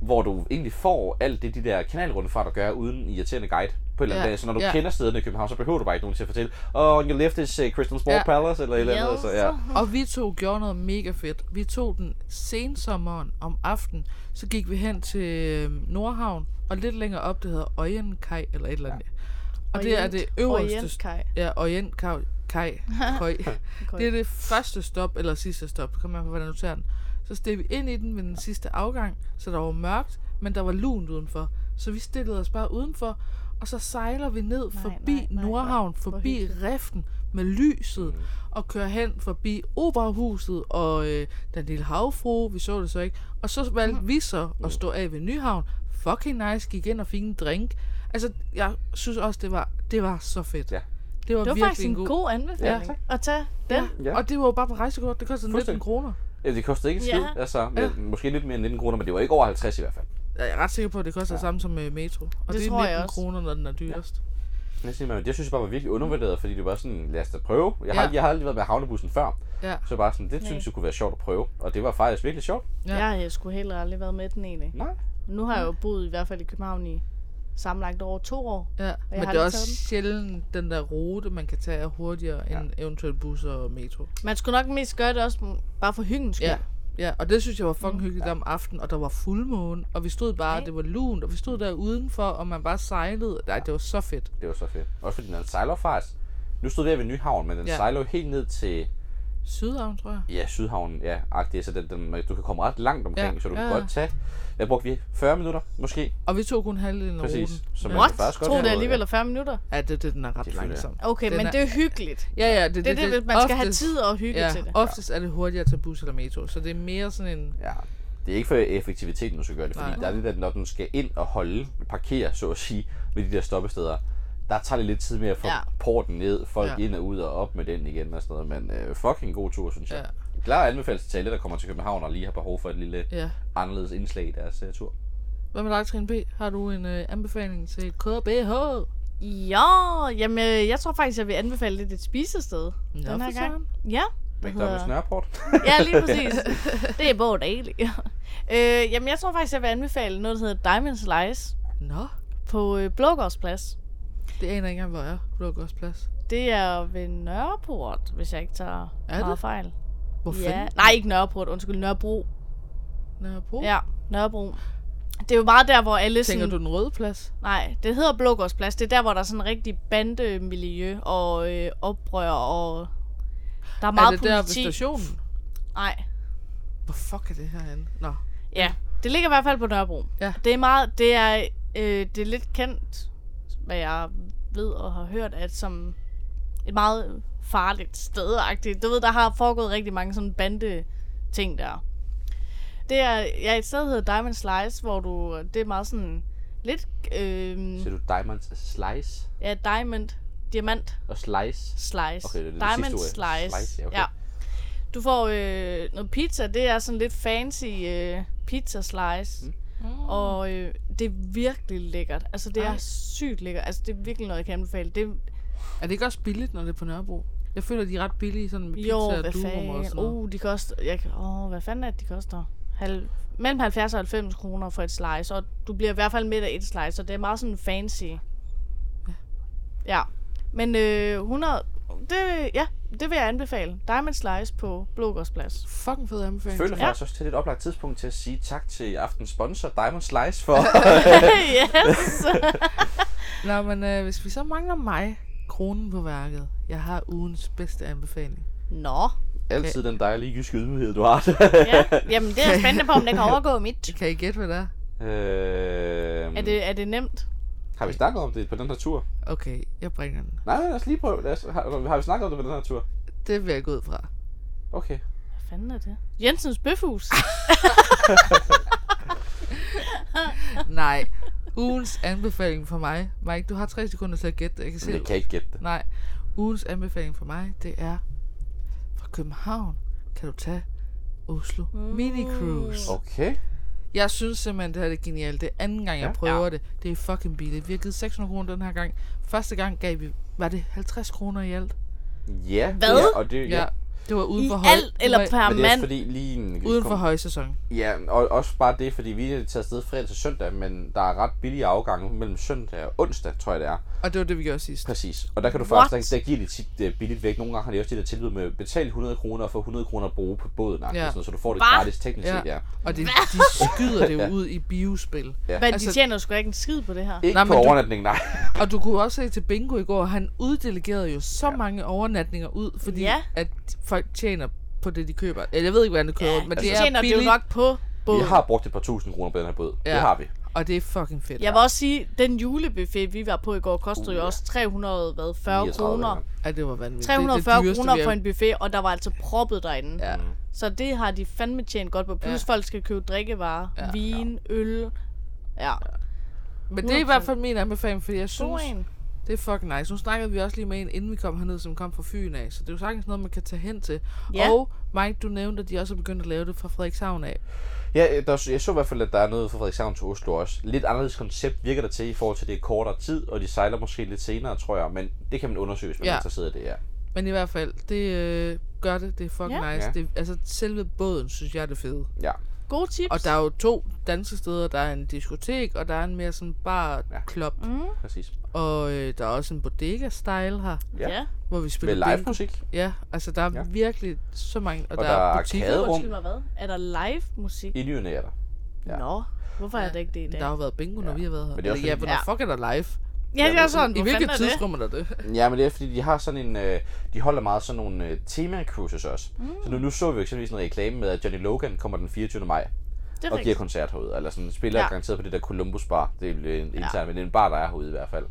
Speaker 3: Hvor du egentlig får alt det, de der kanalrundefarter gør, uden irriterende guide på et eller andet
Speaker 1: Ja.
Speaker 3: dag. Så når du
Speaker 1: Ja.
Speaker 3: kender stederne i København, så behøver du bare ikke nogen til at fortælle, oh, on your left is uh, Christiansborg
Speaker 1: Ja.
Speaker 3: Palace, eller et eller andet.
Speaker 2: Yes.
Speaker 3: Så, ja.
Speaker 1: Og vi to gjorde noget mega fedt. Vi tog den sensommeren om aftenen, så gik vi hen til øh, Nordhavn, og lidt længere op, det hedder Øjenkaj, eller et eller andet. Og det er det øverste...
Speaker 2: Orientkaj.
Speaker 1: Ja, Orientkaj. Kaj. Høj. Det er det første stop, eller sidste stop, det kommer an på, hvordan du tager den. Så steg vi ind i den ved den sidste afgang, så der var mørkt, men der var lunt udenfor. Så vi stillede os bare udenfor, og så sejler vi ned
Speaker 2: Nej,
Speaker 1: forbi
Speaker 2: nej, nej,
Speaker 1: Nordhavn,
Speaker 2: nej. Hvor
Speaker 1: forbi Riften med lyset, og kører hen forbi Operahuset og øh, den lille havfru, vi så det så ikke. Og så valgte
Speaker 2: Mm.
Speaker 1: vi så at stå af ved Nyhavn. Fucking nice, gik ind og fik en drink. Altså, jeg synes også, det var, det var så fedt.
Speaker 3: Ja.
Speaker 1: Det var,
Speaker 2: Det var
Speaker 1: virkelig
Speaker 2: faktisk en god, anbefaling
Speaker 3: Ja,
Speaker 2: at tage den.
Speaker 1: Ja.
Speaker 3: Ja.
Speaker 1: Ja. Og det var jo bare på rejsekort. Det kostede
Speaker 3: Fuldstændig.
Speaker 1: 19 kroner.
Speaker 3: Ja, det kostede ikke en skid,
Speaker 2: Ja.
Speaker 3: altså, ja. måske lidt mere end 19 kroner, men det var ikke over 50 i hvert fald.
Speaker 1: Jeg er ret sikker på, at det koster ja. det samme som øh, metro. Og
Speaker 2: Det
Speaker 1: det, det
Speaker 2: tror
Speaker 1: er
Speaker 2: jeg
Speaker 1: 19
Speaker 2: også.
Speaker 1: kroner, når den er dyrest.
Speaker 3: Næsten, men det synes jeg bare var virkelig undervurderet, fordi det var sådan, lad os da prøve. Jeg har,
Speaker 1: Ja.
Speaker 3: ja. jeg har aldrig været med havnebussen før,
Speaker 1: Ja. ja.
Speaker 3: så bare sådan, det synes jeg kunne være sjovt at prøve. Og det var faktisk virkelig sjovt.
Speaker 1: Ja.
Speaker 2: Jeg har sgu heller aldrig været med den egentlig.
Speaker 3: Nej.
Speaker 2: Nu har jeg jo boet i hvert fald i København i sammenlagt over to år.
Speaker 1: ja.
Speaker 2: har
Speaker 1: Men det
Speaker 2: aldrig
Speaker 1: er
Speaker 2: taget den.
Speaker 1: også sjældent den der rute, man kan tage er hurtigere ja. end eventuelt busser og metro.
Speaker 2: Man skulle nok mest gøre det også m- bare for hyggens skyld.
Speaker 1: Ja. Ja, og det synes jeg var
Speaker 2: Mm.
Speaker 1: fucking hyggeligt der om aftenen, og der var fuldmåne, og vi stod bare, det var lunt, og vi stod der udenfor, og man bare sejlede. Nej, det var så fedt.
Speaker 3: Det var så fedt. Også fordi den sejler faktisk. Nu stod vi her ved Nyhavn, men den ja.
Speaker 1: Ja.
Speaker 3: sejler jo helt ned til
Speaker 1: Sydhavn, tror jeg.
Speaker 3: ja, Sydhavnen. Ja, agtig, så den, den, du kan komme ret langt omkring,
Speaker 1: Ja,
Speaker 3: så du kan
Speaker 1: ja,
Speaker 3: godt
Speaker 1: ja.
Speaker 3: tage... Hvad brugte vi? 40 minutter, måske?
Speaker 1: Og vi tog kun halvdelen af
Speaker 3: Præcis.
Speaker 1: ruten.
Speaker 3: Så man
Speaker 2: What?
Speaker 3: kan faktisk godt
Speaker 2: Tror
Speaker 3: nå
Speaker 2: det
Speaker 3: det,
Speaker 2: alligevel
Speaker 3: ja.
Speaker 2: er 40 minutter?
Speaker 1: Ja, det, det den er ret
Speaker 3: Det føler jeg.
Speaker 1: langsom.
Speaker 2: Okay,
Speaker 1: Den
Speaker 2: men
Speaker 1: er-
Speaker 2: det er hyggeligt.
Speaker 1: Ja, ja, det,
Speaker 2: Det er det, hvis man skal have
Speaker 1: oftest-
Speaker 2: tid og hygge
Speaker 1: ja,
Speaker 2: til det.
Speaker 1: oftest er det hurtigere at tage bus eller metro, så det er mere sådan en...
Speaker 3: ja. Det er ikke for effektiviteten, du skal gøre det, fordi Nej.
Speaker 1: Nej.
Speaker 3: der er det der, når den skal ind og holde, parkere, så at sige, ved de der stoppesteder, der tager det lidt tid med at få ja.
Speaker 2: Ja.
Speaker 3: porten ned, folk ja.
Speaker 1: Ja.
Speaker 3: ind og ud og op med den igen og sådan noget, men øh, fucking god tur, synes jeg. Ja. Klar anbefaling til alle, der kommer til København og lige har behov for et lille
Speaker 1: Ja.
Speaker 3: anderledes indslag i deres uh, tur.
Speaker 1: Hvad med dig, Trine B? Har du en øh, anbefaling til KBH?
Speaker 2: Ja, jamen øh, jeg tror faktisk, jeg vil anbefale lidt et spisested. den her
Speaker 1: for
Speaker 2: gang. Ja, det
Speaker 3: McDonald's Nørreport.
Speaker 2: Ja, lige præcis. det er både dagligt. øh, jamen, jeg tror faktisk, jeg vil anbefale noget, der hedder Diamond Slice
Speaker 1: Nå,
Speaker 2: på øh, Blågårdsplads.
Speaker 1: det aner jeg ikke engang, hvor er. Blågårdsplads.
Speaker 2: Det er ved Nørreport, hvis jeg ikke tager
Speaker 1: Er
Speaker 2: meget
Speaker 1: det?
Speaker 2: fejl.
Speaker 1: Hvor
Speaker 2: Ja.
Speaker 1: fanden
Speaker 2: Nej, ikke Nørreport. Undskyld, Nørrebro.
Speaker 1: Nørrebro?
Speaker 2: Ja, Nørrebro. Det er jo meget der, hvor alle
Speaker 1: Tænker
Speaker 2: sådan...
Speaker 1: du den røde plads?
Speaker 2: Nej, det hedder Blågårdsplads. Det er der, hvor der er sådan en rigtig bandemiljø og øh, oprør og... Der er meget
Speaker 1: er det der ved
Speaker 2: politi.
Speaker 1: stationen?
Speaker 2: Nej,
Speaker 1: Hvor fuck er det herinde? Nå,
Speaker 2: Ja, det ligger i hvert fald på Nørrebro.
Speaker 1: Ja.
Speaker 2: Det er meget, det er, øh, det er lidt kendt hvad jeg ved og har hørt, at som et meget farligt sted. Du ved, der har foregået rigtig mange sådan bande ting der. Det er ja, et sted, der hedder Diamond Slice, hvor du, det er meget sådan lidt, øh,
Speaker 3: Ser du Diamonds Slice
Speaker 2: ja, diamond, diamant
Speaker 3: og Slice?
Speaker 2: slice.
Speaker 3: Okay, det er det
Speaker 2: diamond
Speaker 3: sidste ord.
Speaker 2: slice.
Speaker 3: Slice, ja, okay.
Speaker 2: Du får øh, noget pizza, det er sådan lidt fancy øh, pizza slice. Mm. Og øh, det er virkelig lækkert. Altså det Ej.
Speaker 1: Ej.
Speaker 2: er sygt lækkert. Altså det er virkelig noget, jeg kan anbefale. Det,
Speaker 1: Er det ikke også billigt, når det er på Nørrebro? Jeg føler, de er ret billige sådan med pizza
Speaker 2: jo,
Speaker 1: og
Speaker 2: hvad
Speaker 1: durum og
Speaker 2: fanden.
Speaker 1: sådan noget.
Speaker 2: Uh, de koster... Jeg, kan- åh, hvad fanden er det, de koster? Halv, mellem 70 og 90 kroner for et slice, og du bliver i hvert fald midt af et slice, så det er meget sådan fancy. Ja. Men øh, 100... Det, ja, det vil jeg anbefale. Diamond Slice på Blågårdsplads.
Speaker 1: Fucking fed
Speaker 3: Jeg
Speaker 1: anbefaling.
Speaker 3: føler
Speaker 2: Ja.
Speaker 3: faktisk også til det er et oplagt tidspunkt til at sige tak til aftens sponsor, Diamond Slice, for...
Speaker 2: yes!
Speaker 1: Nå, men øh, hvis vi så mangler mig, kronen på værket. Jeg har ugens bedste anbefaling.
Speaker 2: Nå.
Speaker 3: Altid den dejlige jyske ydmyghed, du har.
Speaker 2: Ja. Jamen, det er jeg spændende på, om det kan overgå mit.
Speaker 1: Kan I gætte, hvad det er?
Speaker 3: øhm,
Speaker 2: Er det, er det nemt?
Speaker 3: Har vi snakket om det på den her tur?
Speaker 1: Okay, jeg bringer den.
Speaker 3: Nej, lad os lige prøve. Lad os, har, har vi snakket om det på den her tur?
Speaker 1: Det vil jeg gå ud fra.
Speaker 3: Okay.
Speaker 2: Hvad fanden er det? Jensens Bøfhus.
Speaker 1: Nej. Ugens anbefaling for mig. Mike, du har tre sekunder til at gætte det. Jeg kan se,
Speaker 3: Men jeg kan ikke gætte det.
Speaker 1: Nej. Ugens anbefaling for mig, det er fra København kan du tage Oslo
Speaker 2: Mm.
Speaker 1: Mini Cruise.
Speaker 3: Okay.
Speaker 1: Jeg synes simpelthen, det her det er genialt. Det er anden gang, jeg
Speaker 3: Ja.
Speaker 1: prøver det. Det er fucking billigt. Vi har givet 600 kroner den her gang. Første gang gav vi, var det 50 kroner i alt?
Speaker 3: Ja.
Speaker 2: Hvad?
Speaker 3: Ja, og det, ja.
Speaker 1: Ja. Det var uden
Speaker 2: I
Speaker 1: for høj...
Speaker 2: alt eller per
Speaker 3: Men det er også
Speaker 2: mand?
Speaker 3: fordi lige en...
Speaker 1: Uden for højsæson.
Speaker 3: Ja, og også bare det, fordi vi er taget afsted fredag til søndag, men der er ret billige afgange mellem søndag og onsdag, tror jeg det er.
Speaker 1: Og det var det, vi gjorde sidst.
Speaker 3: Præcis. Og der kan du
Speaker 2: What?
Speaker 3: faktisk, der, der giver de tit øh, billigt væk. Nogle gange har de også det der tilbud med betal 100 kroner og få 100 kroner at bruge på båden. Ja. Sådan, noget, så du får det
Speaker 2: Hva?
Speaker 3: gratis teknisk set,
Speaker 1: Ja.
Speaker 3: ja.
Speaker 1: Og det, de skyder det jo ud i biospil.
Speaker 3: Ja.
Speaker 2: Men de
Speaker 1: Altså-
Speaker 2: tjener jo sgu ikke en skid på det her.
Speaker 3: Ikke
Speaker 1: Nej,
Speaker 3: Nej,
Speaker 1: men
Speaker 3: på
Speaker 1: du-
Speaker 3: overnatning, nej.
Speaker 1: Og du kunne også se til Bingo i går, han uddelegerede jo så ja. mange overnatninger ud, fordi ja.
Speaker 2: Ja.
Speaker 1: at folk tjener på det, de køber. Eller jeg ved ikke, hvad de køber, ja, men
Speaker 2: de
Speaker 1: det
Speaker 2: altså, tjener
Speaker 1: er
Speaker 2: det jo
Speaker 1: billigt,
Speaker 2: nok på
Speaker 3: Vi
Speaker 2: båden.
Speaker 3: har brugt et par tusind kroner på den her båd. Ja.
Speaker 1: Ja.
Speaker 3: Det har vi.
Speaker 1: og det er fucking fedt.
Speaker 2: Jeg vil også sige, den julebuffet, vi var på i går, kostede
Speaker 3: Uh,
Speaker 2: jo
Speaker 3: ja.
Speaker 2: også 340
Speaker 3: 39
Speaker 2: kroner.
Speaker 1: Ja, det var vanvittigt. Det er det
Speaker 2: 340
Speaker 1: dyreste, vi
Speaker 2: kroner
Speaker 1: har-
Speaker 2: for en buffet, og der var altså proppet derinde.
Speaker 1: Ja.
Speaker 2: Så det har de fandme tjent godt på. Plus folk skal købe drikkevarer,
Speaker 1: Ja.
Speaker 2: vin, øl. Ja.
Speaker 1: Men det er i hvert fald min anbefaling, fordi jeg synes,
Speaker 2: God en.
Speaker 1: det er fucking nice. Nu snakkede vi også lige med en, inden vi kom herned, som kom fra Fyn af, så det er jo sagtens noget, man kan tage hen til.
Speaker 2: Ja.
Speaker 1: Og Mike, du nævnte, at de også er begyndt at lave det fra Frederikshavn af.
Speaker 3: Ja, øh, der, jeg så i hvert fald, at der er noget fra Frederikshavn til Oslo også. Lidt anderledes koncept virker der til i forhold til, at det er kortere tid, og de sejler måske lidt senere, tror jeg. Men det kan man undersøge, hvis man
Speaker 1: Ja.
Speaker 3: ja. er interesseret i det, ja.
Speaker 1: Men i hvert fald, det øh, gør det. Det er fucking
Speaker 2: Ja.
Speaker 1: nice.
Speaker 3: Ja.
Speaker 1: Det, altså, selve båden, synes jeg, er det fede.
Speaker 3: ja.
Speaker 2: Gode tips.
Speaker 1: Og der er jo to dansesteder. Der er en diskotek, og der er en mere sådan bar
Speaker 3: Ja.
Speaker 1: klub. Ja. Mm.
Speaker 3: Præcis.
Speaker 1: Og øh, der er også en bodega-style her,
Speaker 3: Ja.
Speaker 2: ja.
Speaker 1: hvor vi spiller
Speaker 3: Med live
Speaker 1: bingo.
Speaker 3: musik.
Speaker 1: Ja, altså der er ja.
Speaker 3: Ja.
Speaker 1: virkelig så mange. Og,
Speaker 3: Og
Speaker 1: der,
Speaker 3: der
Speaker 1: er
Speaker 3: er
Speaker 1: butikker.
Speaker 3: arcade. Haderum.
Speaker 2: Undskyld mig, hvad? Er der live musik?
Speaker 3: I nyerne er der. Ja.
Speaker 2: Nå, hvorfor er det ikke det i dag?
Speaker 1: Der har jo været bingo, når vi har været her.
Speaker 3: Men det er også
Speaker 1: Eller, ja,
Speaker 3: fordi-
Speaker 1: hvornår fuck er der live?
Speaker 2: Ja, det er sådan.
Speaker 1: I
Speaker 2: Hvor
Speaker 1: hvilket
Speaker 2: fanden er det?
Speaker 1: tidsrum er der det?
Speaker 3: Ja, men det er fordi, de har sådan en, øh, de holder meget sådan nogle øh, tema-cruises også. Mm. Så nu, nu så vi eksempelvis en reklame med, at Johnny Logan kommer den 24. maj
Speaker 2: Det er
Speaker 3: og giver
Speaker 2: rigtigt.
Speaker 3: koncert herude. Eller sådan spiller
Speaker 2: Ja.
Speaker 3: ja. garanteret på det der Columbus Bar. Det er jo øh, en intern, ja. men det er en bar, der er herude i hvert fald.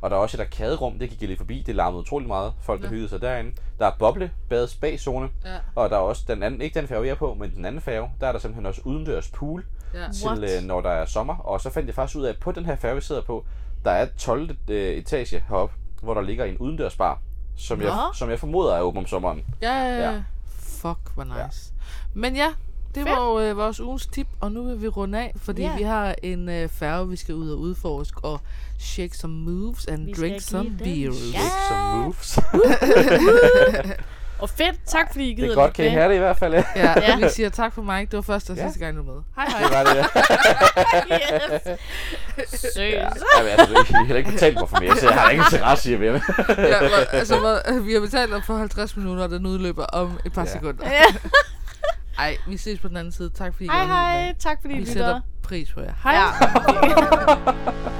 Speaker 3: Og der er også et arkaderum, det gik jeg lige forbi. Det larmede utrolig meget. Folk, der ja. hyggede sig derinde. Der er boble, bades bagzone.
Speaker 1: Ja.
Speaker 3: Og der er også den anden, ikke den færge, jeg er på, men den anden færge, der er der simpelthen også udendørs pool
Speaker 1: Ja.
Speaker 2: What?
Speaker 3: til, øh, når der er sommer. Og så fandt jeg faktisk ud af, at på den her færge, vi sidder på, der er 12. Øh, etage heroppe, hvor der ligger en udendørsbar, som,
Speaker 2: Nå.
Speaker 3: jeg, som jeg formoder er åben om sommeren.
Speaker 1: Ja, ja, ja.
Speaker 3: Ja.
Speaker 1: Fuck, hvor nice. Ja. Men ja, det var jo, øh, vores ugens tip, og nu vil vi runde af, fordi
Speaker 2: Ja.
Speaker 1: vi har en øh, færge, vi skal ud og udforske, og shake some moves and
Speaker 2: Vi skal
Speaker 1: drink
Speaker 2: give
Speaker 1: some
Speaker 2: den
Speaker 1: beers.
Speaker 2: Ja.
Speaker 3: Make some moves.
Speaker 2: Og fedt, tak fordi I gider
Speaker 3: Det er godt, kan I have det i hvert fald. ja.
Speaker 1: Ja, ja.
Speaker 2: Ja.
Speaker 1: vi siger tak for mig. Det var første og
Speaker 3: Ja.
Speaker 1: sidste gang, du var med. Hej hej.
Speaker 3: Det var det, ja.
Speaker 2: Yes. Søs.
Speaker 3: ja. Jamen, altså, du har heller ikke betalt mig for mere, så jeg har ingen interesse i at være med.
Speaker 1: Ja, hvor- altså, hvor, vi har betalt dig for 50 minutter, og den udløber om et par ja.
Speaker 3: Ja.
Speaker 1: sekunder.
Speaker 2: Ja.
Speaker 1: Ej, vi ses på den anden side. Tak fordi I
Speaker 2: Hej
Speaker 1: var med.
Speaker 2: hej, tak fordi I
Speaker 1: Vi
Speaker 2: lytter.
Speaker 1: sætter pris på jer.
Speaker 2: Hej. Ja.